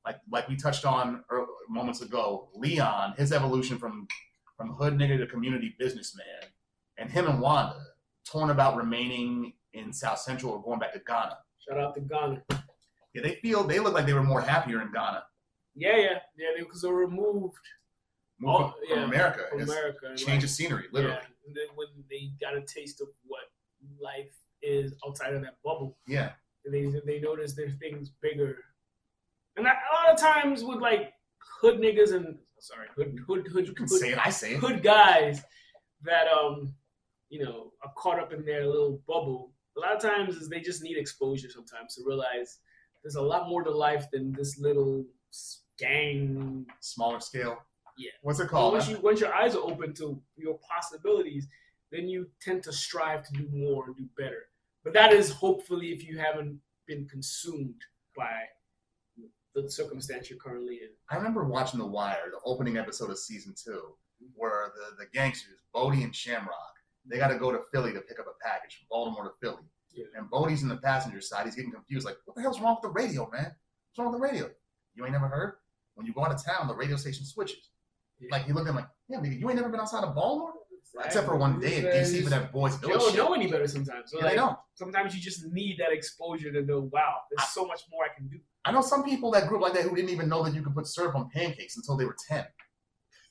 Speaker 2: Like like we touched on ear- moments ago, Leon, his evolution from from hood nigga to community businessman, and him and Wanda torn about remaining in South Central or going back to Ghana.
Speaker 3: shout out to Ghana
Speaker 2: Yeah, they feel they look like they were more happier in Ghana,
Speaker 3: yeah yeah yeah because they, are removed
Speaker 2: moving
Speaker 3: Oh,
Speaker 2: from
Speaker 3: yeah,
Speaker 2: America.
Speaker 3: from
Speaker 2: It's
Speaker 3: America and,
Speaker 2: change
Speaker 3: like,
Speaker 2: of scenery, literally.
Speaker 3: yeah, and then when they got a taste of what life is outside of that bubble
Speaker 2: Yeah,
Speaker 3: and they they notice there's things bigger. And I, a lot of times with like hood niggas and sorry hood hood hood
Speaker 2: you can
Speaker 3: hood,
Speaker 2: say it. I say it.
Speaker 3: hood guys that um you know are caught up in their little bubble. A lot of times is they just need exposure sometimes to realize there's a lot more to life than this little s- gang.
Speaker 2: Smaller scale.
Speaker 3: Yeah.
Speaker 2: What's it
Speaker 3: But
Speaker 2: called?
Speaker 3: Once you once your eyes are open to your possibilities, then you tend to strive to do more and do better. But that is hopefully if you haven't been consumed by the circumstance you're currently in.
Speaker 2: I remember watching The Wire, the opening episode of season two, where the, the gangsters, Bodie and Shamrock, they got to go to Philly to pick up a package from Baltimore to Philly.
Speaker 3: Yeah.
Speaker 2: And Bodie's in the passenger side. He's getting confused, like, what the hell's wrong with the radio, man? What's wrong with the radio? You ain't never heard? When you go out of town, the radio station switches.
Speaker 3: Yeah.
Speaker 2: Like, he looked at him like, yeah, nigga, you ain't never been outside of Baltimore?
Speaker 3: Right?
Speaker 2: Except for one day at
Speaker 3: Because
Speaker 2: DC for that boys'
Speaker 3: You
Speaker 2: village
Speaker 3: don't
Speaker 2: shit.
Speaker 3: know any better sometimes. So
Speaker 2: Yeah, they
Speaker 3: like,
Speaker 2: don't.
Speaker 3: sometimes you just need that exposure to know, wow, there's so much more I can do.
Speaker 2: I know some people that grew up like that who didn't even know that you could put syrup on pancakes until they were 10.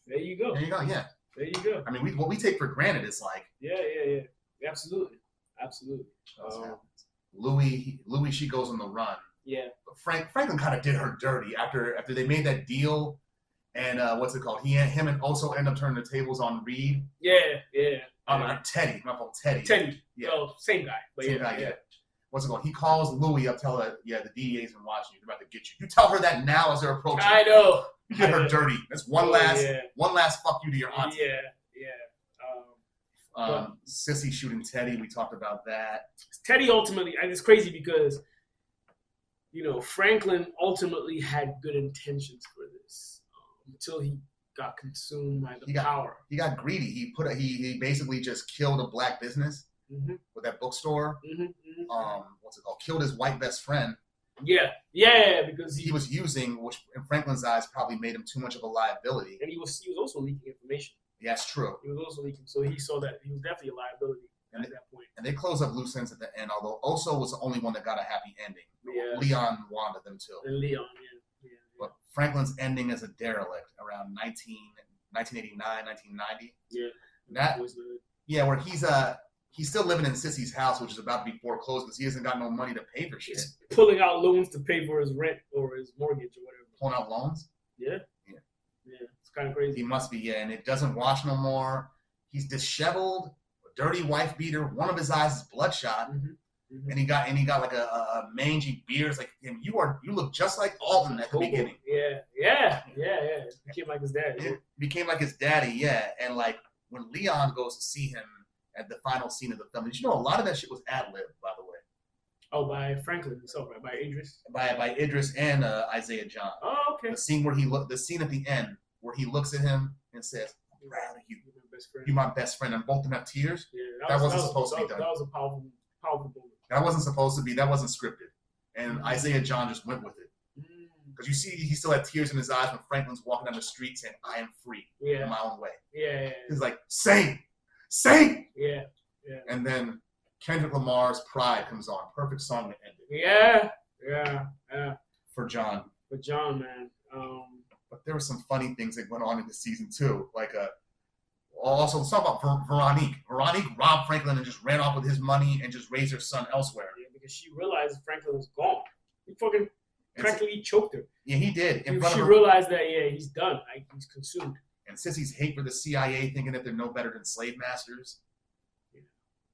Speaker 3: There you go.
Speaker 2: There you go, yeah.
Speaker 3: There you go.
Speaker 2: I mean, we, what we take for granted is like,
Speaker 3: Yeah, yeah, yeah. Absolutely. Absolutely.
Speaker 2: That's
Speaker 3: Um,
Speaker 2: happened. Louis, Louis, she goes on the run.
Speaker 3: yeah.
Speaker 2: But Frank, Franklin kind of did her dirty after after they made that deal, and uh, what's it called? He and him and also end up turning the tables on Reed,
Speaker 3: Yeah, yeah.
Speaker 2: on uh, Teddy, my fault, Teddy.
Speaker 3: Teddy.
Speaker 2: Yeah.
Speaker 3: Oh, same guy. But
Speaker 2: Same
Speaker 3: yeah,
Speaker 2: guy,
Speaker 3: yeah.
Speaker 2: yeah. What's it called? He calls Louis up, tell her, yeah, the DEA's been watching you. They're about to get you. You tell her that now as they're approaching.
Speaker 3: I know.
Speaker 2: You did her
Speaker 3: Yeah.
Speaker 2: dirty. That's one
Speaker 3: Oh,
Speaker 2: last,
Speaker 3: Yeah,
Speaker 2: one last fuck you to your auntie.
Speaker 3: yeah, yeah. Um,
Speaker 2: Um, Sissy shooting Teddy. We talked about that.
Speaker 3: Teddy ultimately, and it's crazy because, you know, Franklin ultimately had good intentions for this um, until he got consumed by the
Speaker 2: He got-
Speaker 3: power.
Speaker 2: He got greedy. He put a, he he basically just killed a black business
Speaker 3: hmm
Speaker 2: with that bookstore.
Speaker 3: hmm hmm
Speaker 2: um, what's it called? Killed his white best friend.
Speaker 3: yeah, yeah, because
Speaker 2: He
Speaker 3: he,
Speaker 2: was using, which in Franklin's eyes probably made him too much of a liability.
Speaker 3: and he was he was also leaking information.
Speaker 2: Yeah, it's true.
Speaker 3: He was also leaking, so he saw that he was definitely a liability at that point.
Speaker 2: And they close up loose ends at the end, although Oso was the only one that got a happy ending.
Speaker 3: Yeah.
Speaker 2: Leon wanted them too.
Speaker 3: And Leon, yeah, yeah,
Speaker 2: But Franklin's ending as a derelict around 19, 1989, 1990.
Speaker 3: yeah.
Speaker 2: That-
Speaker 3: was the-
Speaker 2: Yeah, where he's uh he's still living in Sissy's house, which is about to be foreclosed because he hasn't got no money to pay for shit.
Speaker 3: He's pulling out loans to pay for his rent or his mortgage or whatever.
Speaker 2: Pulling out loans.
Speaker 3: Yeah.
Speaker 2: Yeah.
Speaker 3: Yeah. It's kind of crazy.
Speaker 2: He must be, yeah, and it doesn't wash no more. He's disheveled, a dirty wife beater. One of his eyes is bloodshot,
Speaker 3: Mhm, mhm.
Speaker 2: and he got and he got like a, a a mangy beard. It's like him. You are you look just like Alton at the
Speaker 3: Hobo.
Speaker 2: beginning.
Speaker 3: Yeah, yeah, yeah, yeah. Became like his dad.
Speaker 2: It became like his daddy, yeah. And like when Leon goes to see him at the final scene of the film, did you know a lot of that shit was ad lib, by the way,
Speaker 3: Oh, by Franklin himself, right? By Idris.
Speaker 2: by by Idris and uh, Isaiah John.
Speaker 3: Oh, okay.
Speaker 2: The scene where he look, the scene at the end where he looks at him and says, "I'm proud of you.
Speaker 3: You're my best friend.
Speaker 2: You my best friend." And both of them have tears.
Speaker 3: yeah,
Speaker 2: that
Speaker 3: was-
Speaker 2: wasn't supposed to
Speaker 3: that
Speaker 2: be
Speaker 3: was-
Speaker 2: done.
Speaker 3: That was a powerful, powerful moment.
Speaker 2: That wasn't supposed to be. That wasn't scripted. And Isaiah John just went with it
Speaker 3: Mm,
Speaker 2: because you see he still had tears in his eyes when Franklin's walking down the street saying, "I am free in
Speaker 3: Yeah,
Speaker 2: my own way."
Speaker 3: yeah,
Speaker 2: He's like, "Sing, sing,"
Speaker 3: yeah,
Speaker 2: and then Kendrick Lamar's "Pride" comes on, perfect song to end it
Speaker 3: yeah, yeah, yeah.
Speaker 2: for John.
Speaker 3: But John, man, um,
Speaker 2: But there were some funny things that went on in the season too, like uh Also, let's talk about Ver- Veronique. Veronique robbed Franklin and just ran off with his money and just raised her son elsewhere.
Speaker 3: yeah, because she realized Franklin was gone. He fucking
Speaker 2: And, s-
Speaker 3: practically choked her.
Speaker 2: yeah, he did in front
Speaker 3: she
Speaker 2: of her.
Speaker 3: realized that yeah, he's done. Like he's consumed.
Speaker 2: and sissies hate for the CIA, thinking that they're no better than slave masters.
Speaker 3: Yeah.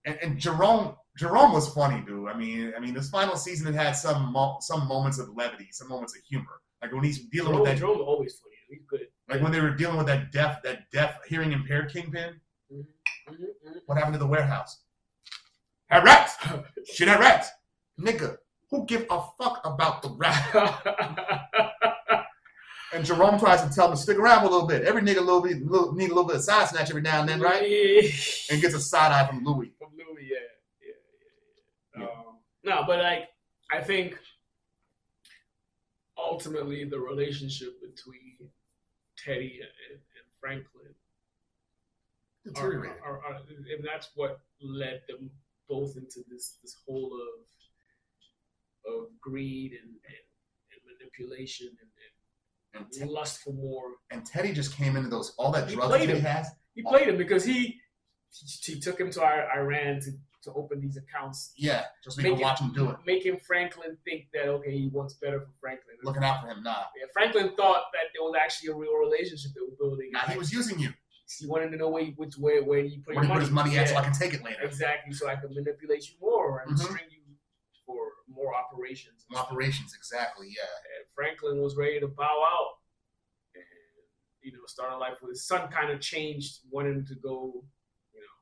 Speaker 2: And, and Jerome, Jerome was funny, dude. I mean, I mean, this final season it had some mo- some moments of levity, some moments of humor. Like when he's dealing
Speaker 3: Jerome,
Speaker 2: with that,
Speaker 3: Jerome always funny. He's good.
Speaker 2: like when they were dealing with that deaf, that deaf, hearing impaired kingpin.
Speaker 3: Mm-hmm.
Speaker 2: What happened to the warehouse? Had rats. (laughs) Shit had rats. Nigga, who give a fuck about the rat?
Speaker 3: mm-hmm.
Speaker 2: And Jerome tries to tell him stick around for a little bit. Every nigga little bit, little, need a little bit of side snatch every now (laughs) and then,
Speaker 3: (laughs)
Speaker 2: right? And gets a side eye from Louis.
Speaker 3: from Louis, yeah, yeah, yeah. yeah. Um, no, but like I think ultimately the relationship between Teddy and, and Franklin are,
Speaker 2: Deteriorated.
Speaker 3: are, are, and that's what led them both into this this whole of of greed and, and, and manipulation and,
Speaker 2: And
Speaker 3: and lust for more.
Speaker 2: and Teddy just came into those all that
Speaker 3: He
Speaker 2: drugs
Speaker 3: played
Speaker 2: that he
Speaker 3: him.
Speaker 2: has.
Speaker 3: He played him because he he, he took him to I- Iran to, to open these accounts
Speaker 2: Yeah, just so you can
Speaker 3: Make it-
Speaker 2: watch him do it.
Speaker 3: making Franklin think that okay, he wants better for Franklin.
Speaker 2: Looking out for him, nah.
Speaker 3: Yeah, Franklin thought that there was actually a real relationship that we're building.
Speaker 2: Nah, he was using you.
Speaker 3: he wanted to know where, you- which where where you put
Speaker 2: Where he
Speaker 3: your
Speaker 2: put his money at, so I
Speaker 3: Yeah,
Speaker 2: can take it later.
Speaker 3: exactly, so I can manipulate you more and
Speaker 2: Mhm.
Speaker 3: string you for more operations.
Speaker 2: Some Operations, exactly. Yeah,
Speaker 3: And Franklin was ready to bow out and you know start a life with his son. Kind of changed, wanted him to go, you know,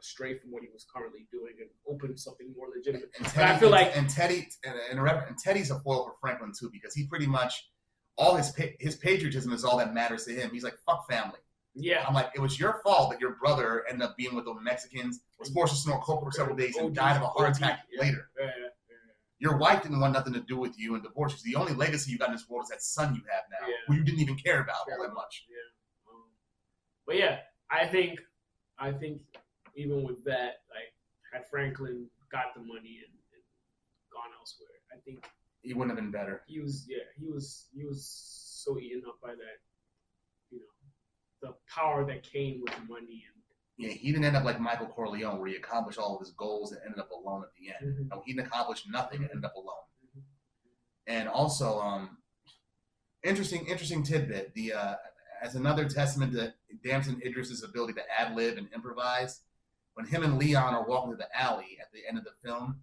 Speaker 3: astray from what he was currently doing and open something more legitimate.
Speaker 2: And
Speaker 3: But
Speaker 2: Teddy,
Speaker 3: I feel like-
Speaker 2: and Teddy and, and, remember- and Teddy's a foil for Franklin too because he pretty much all his pa- his patriotism is all that matters to him. He's like fuck family.
Speaker 3: Yeah.
Speaker 2: I'm like it was your fault that your brother ended up being with the Mexicans, was forced to snort coke for several days and died of a heart attack
Speaker 3: Yeah.
Speaker 2: later.
Speaker 3: Yeah, yeah, yeah.
Speaker 2: Your wife didn't want nothing to do with you and divorced you. The only legacy you got in this world is that son you have now,
Speaker 3: Yeah.
Speaker 2: who you didn't even care about all that much.
Speaker 3: Yeah. Um, but yeah, I think I think even with that, like had Franklin got the money and, and gone elsewhere, I think
Speaker 2: He wouldn't have been better.
Speaker 3: he was yeah he was he was so eaten up by that, you know, the power that came with the money
Speaker 2: Yeah, he didn't end up like Michael Corleone, where he accomplished all of his goals and ended up alone at the end.
Speaker 3: and
Speaker 2: No, he accomplished nothing and ended up alone. And also, um, interesting, interesting tidbit. The uh, as another testament to Damson Idris's ability to ad lib and improvise. When him and Leon are walking to the alley at the end of the film,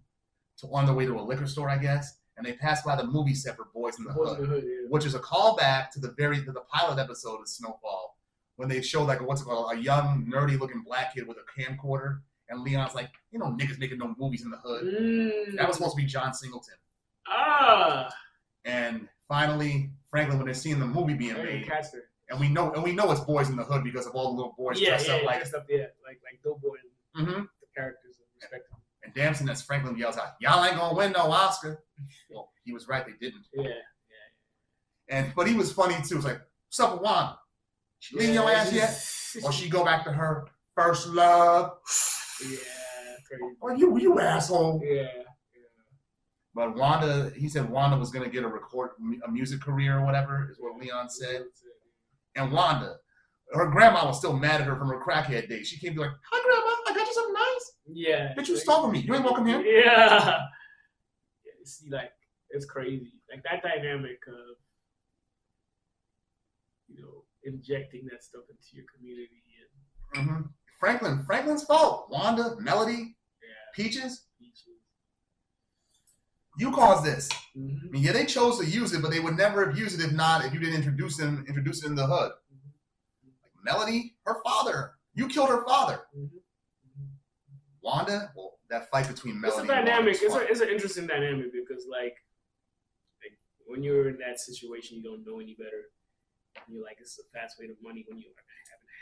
Speaker 2: to on their way to a liquor store, I guess, and they pass by the movie set for Boys in the
Speaker 3: Boys in
Speaker 2: Hood,
Speaker 3: the Hood, yeah.
Speaker 2: which is a callback to the very to the pilot episode of Snowfall, when they show like what's it called a young nerdy looking black kid with a camcorder, and Leon's like, you know, niggas making no movies in the hood.
Speaker 3: Mm.
Speaker 2: That was supposed to be John Singleton.
Speaker 3: ah.
Speaker 2: And finally, Franklin, when they're seeing the movie being
Speaker 3: I didn't
Speaker 2: made,
Speaker 3: catch that.
Speaker 2: and we know and we know it's boys in the hood because of all the little boys
Speaker 3: yeah,
Speaker 2: dressed
Speaker 3: yeah,
Speaker 2: up like.
Speaker 3: dressed up, yeah, like like Doughboy and
Speaker 2: hmm
Speaker 3: the characters and respect. them.
Speaker 2: And Damson as Franklin yells out, "Y'all ain't gonna win no Oscar." Well, he was right; they didn't.
Speaker 3: Yeah,
Speaker 2: And but he was funny too. It's like, "Sup, Juan? She
Speaker 3: yeah.
Speaker 2: leave your ass yet, or she go back to her first love?
Speaker 3: Yeah, crazy.
Speaker 2: Or Oh, you, you asshole."
Speaker 3: Yeah,
Speaker 2: But Wanda, he said Wanda was gonna get a record, a music career or whatever, is what Leon said. and Wanda. Her grandma was still mad at her from her crackhead days. She came to be like, "Hi, grandma, I got you something nice.
Speaker 3: Yeah.
Speaker 2: Bitch, you stole from me. You ain't welcome here."
Speaker 3: Yeah. yeah. See, like it's crazy. Like that dynamic of you know injecting that stuff into your community and
Speaker 2: hmm Franklin, Franklin's fault. Wanda, Melody,
Speaker 3: yeah,
Speaker 2: Peaches,
Speaker 3: speeches.
Speaker 2: you caused this. I
Speaker 3: Mm-hmm.
Speaker 2: mean, yeah, they chose to use it, but they would never have used it if not if you didn't introduce them, introduce it in the hood. Like Melody, her father, you killed her father.
Speaker 3: Mm-hmm.
Speaker 2: Wanda, well, that fight between
Speaker 3: It's
Speaker 2: Melody.
Speaker 3: a
Speaker 2: and Wanda
Speaker 3: dynamic.
Speaker 2: was
Speaker 3: It's,
Speaker 2: fun.
Speaker 3: a, it's an interesting dynamic because like, like when you're in that situation, you don't know any better. And you're like, it's a fast way to money when you haven't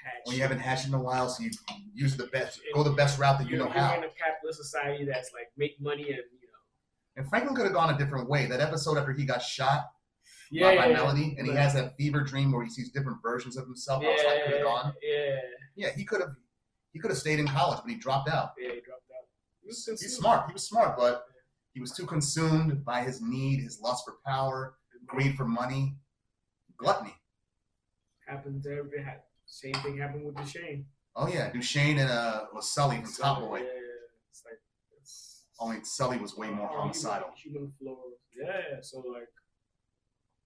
Speaker 3: had.
Speaker 2: when
Speaker 3: shit.
Speaker 2: you haven't hatched in a while, so you use the best, go the best route that you
Speaker 3: You're-
Speaker 2: know
Speaker 3: you're
Speaker 2: how.
Speaker 3: in a capitalist society that's like make money and you know.
Speaker 2: And Franklin could have gone a different way. That episode after he got shot,
Speaker 3: Yeah,
Speaker 2: by, by
Speaker 3: yeah,
Speaker 2: Melody, and he
Speaker 3: Right.
Speaker 2: has that fever dream where he sees different versions of himself.
Speaker 3: yeah,
Speaker 2: Yeah, outside could have gone.
Speaker 3: yeah,
Speaker 2: Yeah, he could have. He could have stayed in college, but he dropped out.
Speaker 3: yeah. He dropped out. He was
Speaker 2: He's
Speaker 3: sincere.
Speaker 2: smart. He was smart, but he was too consumed by his need, his lust for power, greed for money, gluttony.
Speaker 3: Happened to every. Ha- same thing happened with Duchesne.
Speaker 2: Oh yeah, Duchesne and uh, was Sully from
Speaker 3: So,
Speaker 2: Top Boy.
Speaker 3: Yeah, it's like it's
Speaker 2: Only Sully was way more
Speaker 3: Oh,
Speaker 2: homicidal.
Speaker 3: Human, human floor. Yeah. So like,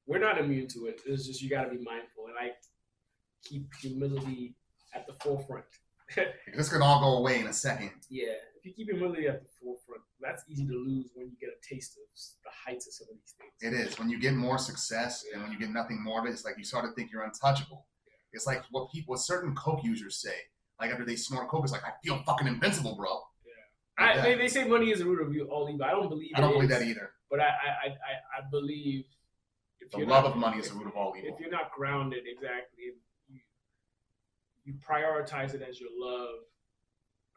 Speaker 3: we're not immune to it. It's just you got to be mindful and like keep humility at the forefront.
Speaker 2: This could all go away in a second.
Speaker 3: Yeah. If you keep humility at the forefront, that's easy to lose when you get a taste of s- the heights of some of these things.
Speaker 2: It is when you get more success and when you get nothing more of it, it's like you start to think you're untouchable. It's like what people, what certain coke users say. Like after they snort coke, it's like I feel fucking invincible, bro.
Speaker 3: I,
Speaker 2: Yeah.
Speaker 3: they, they say money is the root of you all evil. I don't believe.
Speaker 2: I don't
Speaker 3: it
Speaker 2: believe
Speaker 3: is,
Speaker 2: that either.
Speaker 3: But I I, I, I- I believe if
Speaker 2: The
Speaker 3: you're
Speaker 2: love
Speaker 3: not-
Speaker 2: of money is
Speaker 3: if-
Speaker 2: the root of all evil.
Speaker 3: if you're not grounded exactly and you, you prioritize it as your love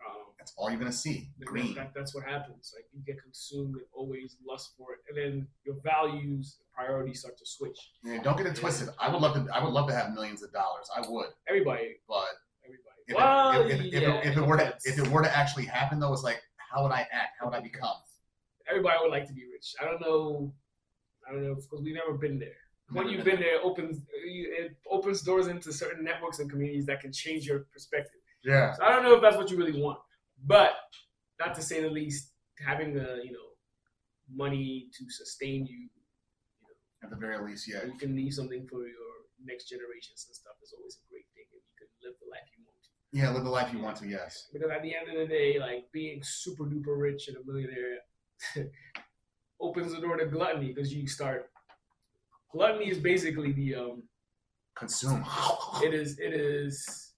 Speaker 3: um,
Speaker 2: That's all you're gonna see.
Speaker 3: then
Speaker 2: Green.
Speaker 3: That, that's what happens like you get consumed and always lust for it and then your values and priorities start to switch
Speaker 2: Yeah, don't get it twisted. I would love to. I would love to have millions of dollars. I would,
Speaker 3: everybody
Speaker 2: but
Speaker 3: everybody
Speaker 2: if,
Speaker 3: well,
Speaker 2: it, if, if, if,
Speaker 3: yeah,
Speaker 2: it, if it were to
Speaker 3: depends.
Speaker 2: if it were to actually happen, though, it's like how would I act? How would I become?
Speaker 3: everybody would like to be rich i don't know i don't know because we've never been there when you've been there, it opens it opens doors into certain networks and communities that can change your perspective.
Speaker 2: Yeah.
Speaker 3: So I don't know if that's what you really want, but not to say the least, having the you know money to sustain you, you
Speaker 2: At the very least, yeah.
Speaker 3: know, you can leave something for your next generations and stuff is always a great thing if you can live the life you want to.
Speaker 2: Yeah, live the life you want to. Yes.
Speaker 3: Because at the end of the day, like being super duper rich and a millionaire (laughs) opens the door to gluttony because you start. Gluttony is basically the um,
Speaker 2: Consume.
Speaker 3: it is it is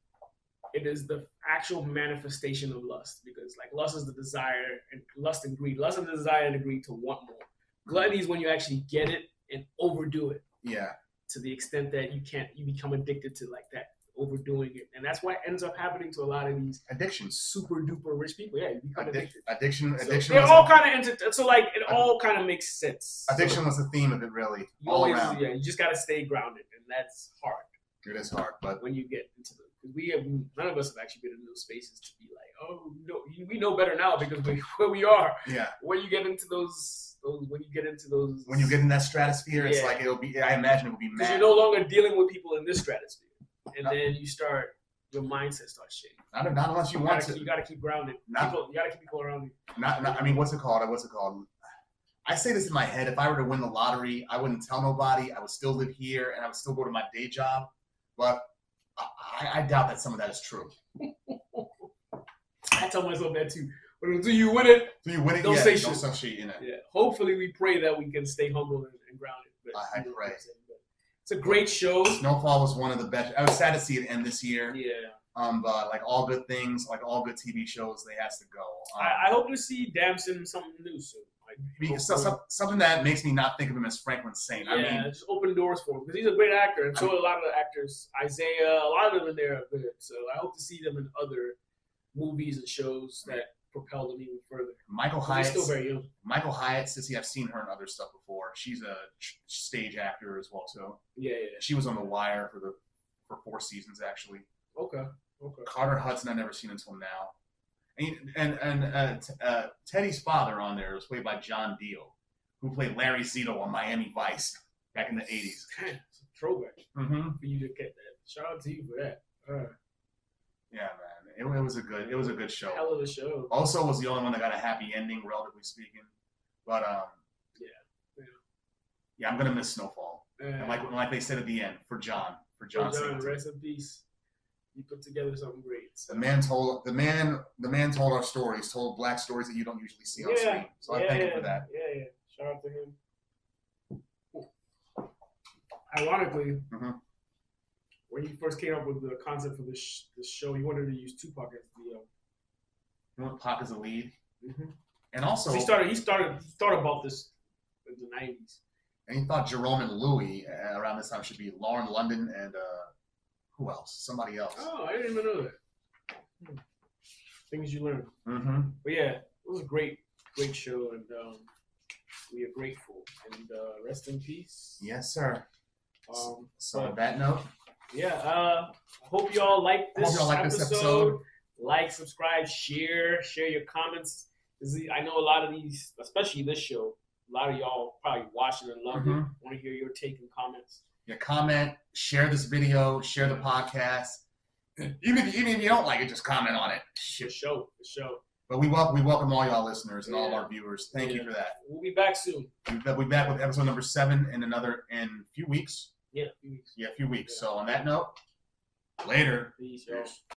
Speaker 3: it is the actual manifestation of lust because like lust is the desire and lust and greed. Lust is the desire and the greed to want more. Gluttony is when you actually get it and overdo it
Speaker 2: Yeah.
Speaker 3: to the extent that you can't you become addicted to like that overdoing it. And that's what ends up happening to a lot of these
Speaker 2: Addictions.
Speaker 3: super duper rich people. Yeah, you become
Speaker 2: Addic-
Speaker 3: addicted.
Speaker 2: addiction.
Speaker 3: So
Speaker 2: Addiction.
Speaker 3: they're
Speaker 2: was
Speaker 3: all
Speaker 2: a-
Speaker 3: kind of inter- so like it all kind of makes sense.
Speaker 2: addiction was the theme of it, really,
Speaker 3: You
Speaker 2: all
Speaker 3: always,
Speaker 2: around.
Speaker 3: yeah, you just gotta stay grounded, and that's hard
Speaker 2: It is hard, but
Speaker 3: when you get into the. Cause we have none of us have actually been in those spaces to be like, oh, no, we know better now because we (laughs) where we are.
Speaker 2: yeah.
Speaker 3: When you get into those, those when you get into those,
Speaker 2: When you get in that stratosphere, it's
Speaker 3: Yeah.
Speaker 2: like it'll be. I imagine it will be
Speaker 3: because
Speaker 2: mad.
Speaker 3: you're no longer dealing with people in this stratosphere, and
Speaker 2: No.
Speaker 3: then you start your mindset starts shifting.
Speaker 2: not, not unless you
Speaker 3: You
Speaker 2: want
Speaker 3: gotta,
Speaker 2: to.
Speaker 3: keep- you gotta keep grounded.
Speaker 2: Not-
Speaker 3: People, you gotta keep people around you.
Speaker 2: Not, not. I mean, what's it called? What's it called? I say this in my head. If I were to win the lottery, I wouldn't tell nobody. I would still live here, and I would still go to my day job. But I, I- I doubt that some of that is true.
Speaker 3: I tell myself that too. But until you win it,
Speaker 2: Do you win it?
Speaker 3: Don't
Speaker 2: yeah,
Speaker 3: say
Speaker 2: don't
Speaker 3: shit.
Speaker 2: say shit, you know.
Speaker 3: yeah. Hopefully, we pray that we can stay humble and, and grounded. But
Speaker 2: I- I pray.
Speaker 3: It's a great show.
Speaker 2: Snowfall was one of the best. I was sad to see it end this year.
Speaker 3: Yeah.
Speaker 2: Um, but like all good things, like all good TV shows, they has to go. Um,
Speaker 3: I, I hope to see Damson in something new soon. Like,
Speaker 2: because so, so, something that makes me not think of him as Franklin Saint. I
Speaker 3: yeah,
Speaker 2: mean,
Speaker 3: just open doors for him because he's a great actor, and so are a lot of the actors. Isaiah, a lot of them in there are good. So I hope to see them in other movies and shows that propel them even further.
Speaker 2: Michael
Speaker 3: But
Speaker 2: Hyatt.
Speaker 3: He's still very young.
Speaker 2: Michael Hyatt, Sissy, I've seen her in other stuff before. She's a ch- stage actor as well, too.
Speaker 3: Yeah, yeah.
Speaker 2: She was on The Wire for the for four seasons actually.
Speaker 3: Okay, okay.
Speaker 2: Carter Hudson, I've never seen until now. And and, and uh, t- uh, Teddy's father on there was played by John Deal, who played Larry Zito on Miami Vice back in the '80s.
Speaker 3: Damn, it's a throwback
Speaker 2: Mm-hmm.
Speaker 3: for you to get that. Shout out to you for that. Uh,
Speaker 2: Yeah, man, it, it was a good it was a good show.
Speaker 3: hell of a show.
Speaker 2: Also, was the only one that got a happy ending, relatively speaking. But um,
Speaker 3: Yeah, yeah.
Speaker 2: yeah, I'm gonna miss Snowfall.
Speaker 3: Uh,
Speaker 2: And like like they said at the end, for John, for John,
Speaker 3: John,
Speaker 2: Singleton.
Speaker 3: rest in peace. You put together something great. So.
Speaker 2: The man told the man the man told our stories, told black stories that you don't usually see on
Speaker 3: Yeah,
Speaker 2: screen. So I thank
Speaker 3: yeah,
Speaker 2: him for that.
Speaker 3: Yeah, yeah. Shout out to him. Ironically,
Speaker 2: Mhm.
Speaker 3: when you first came up with the concept for this, sh- this show, you wanted to use Tupac as the. Uh,
Speaker 2: You know, Pac is a lead, Mm-hmm. and also
Speaker 3: so he started. He started. He thought about this in the nineties.
Speaker 2: and he thought Jerome and Louis uh, around this time should be Lauren London and uh, who else? Somebody else.
Speaker 3: Oh, I didn't even know that. Hmm. Things you learn.
Speaker 2: Mm-hmm.
Speaker 3: But yeah, it was a great, great show, and um, we are grateful. And uh, rest in peace.
Speaker 2: Yes, sir.
Speaker 3: Um,
Speaker 2: So
Speaker 3: but-
Speaker 2: on that note,
Speaker 3: Yeah, uh, I hope you all like
Speaker 2: I hope
Speaker 3: this,
Speaker 2: you all like
Speaker 3: episode.
Speaker 2: this episode.
Speaker 3: Like, subscribe, share, share your comments. This is- I know a lot of these, especially this show, a lot of y'all probably watching and loved it.
Speaker 2: Mhm.
Speaker 3: Want to hear your take and comments.
Speaker 2: your comment, share this video, share the podcast. Even if, even if you don't like it, just comment on it.
Speaker 3: The show, the show.
Speaker 2: But we welcome we welcome all y'all listeners and all of
Speaker 3: Yeah.
Speaker 2: our viewers. Thank you
Speaker 3: Yeah.
Speaker 2: for that.
Speaker 3: We'll be back soon.
Speaker 2: We'll be back with episode number seven in another in a few weeks.
Speaker 3: Yeah, a few weeks.
Speaker 2: Yeah, a few weeks. So on that note, later.
Speaker 3: Peace, y'all.
Speaker 2: Peace.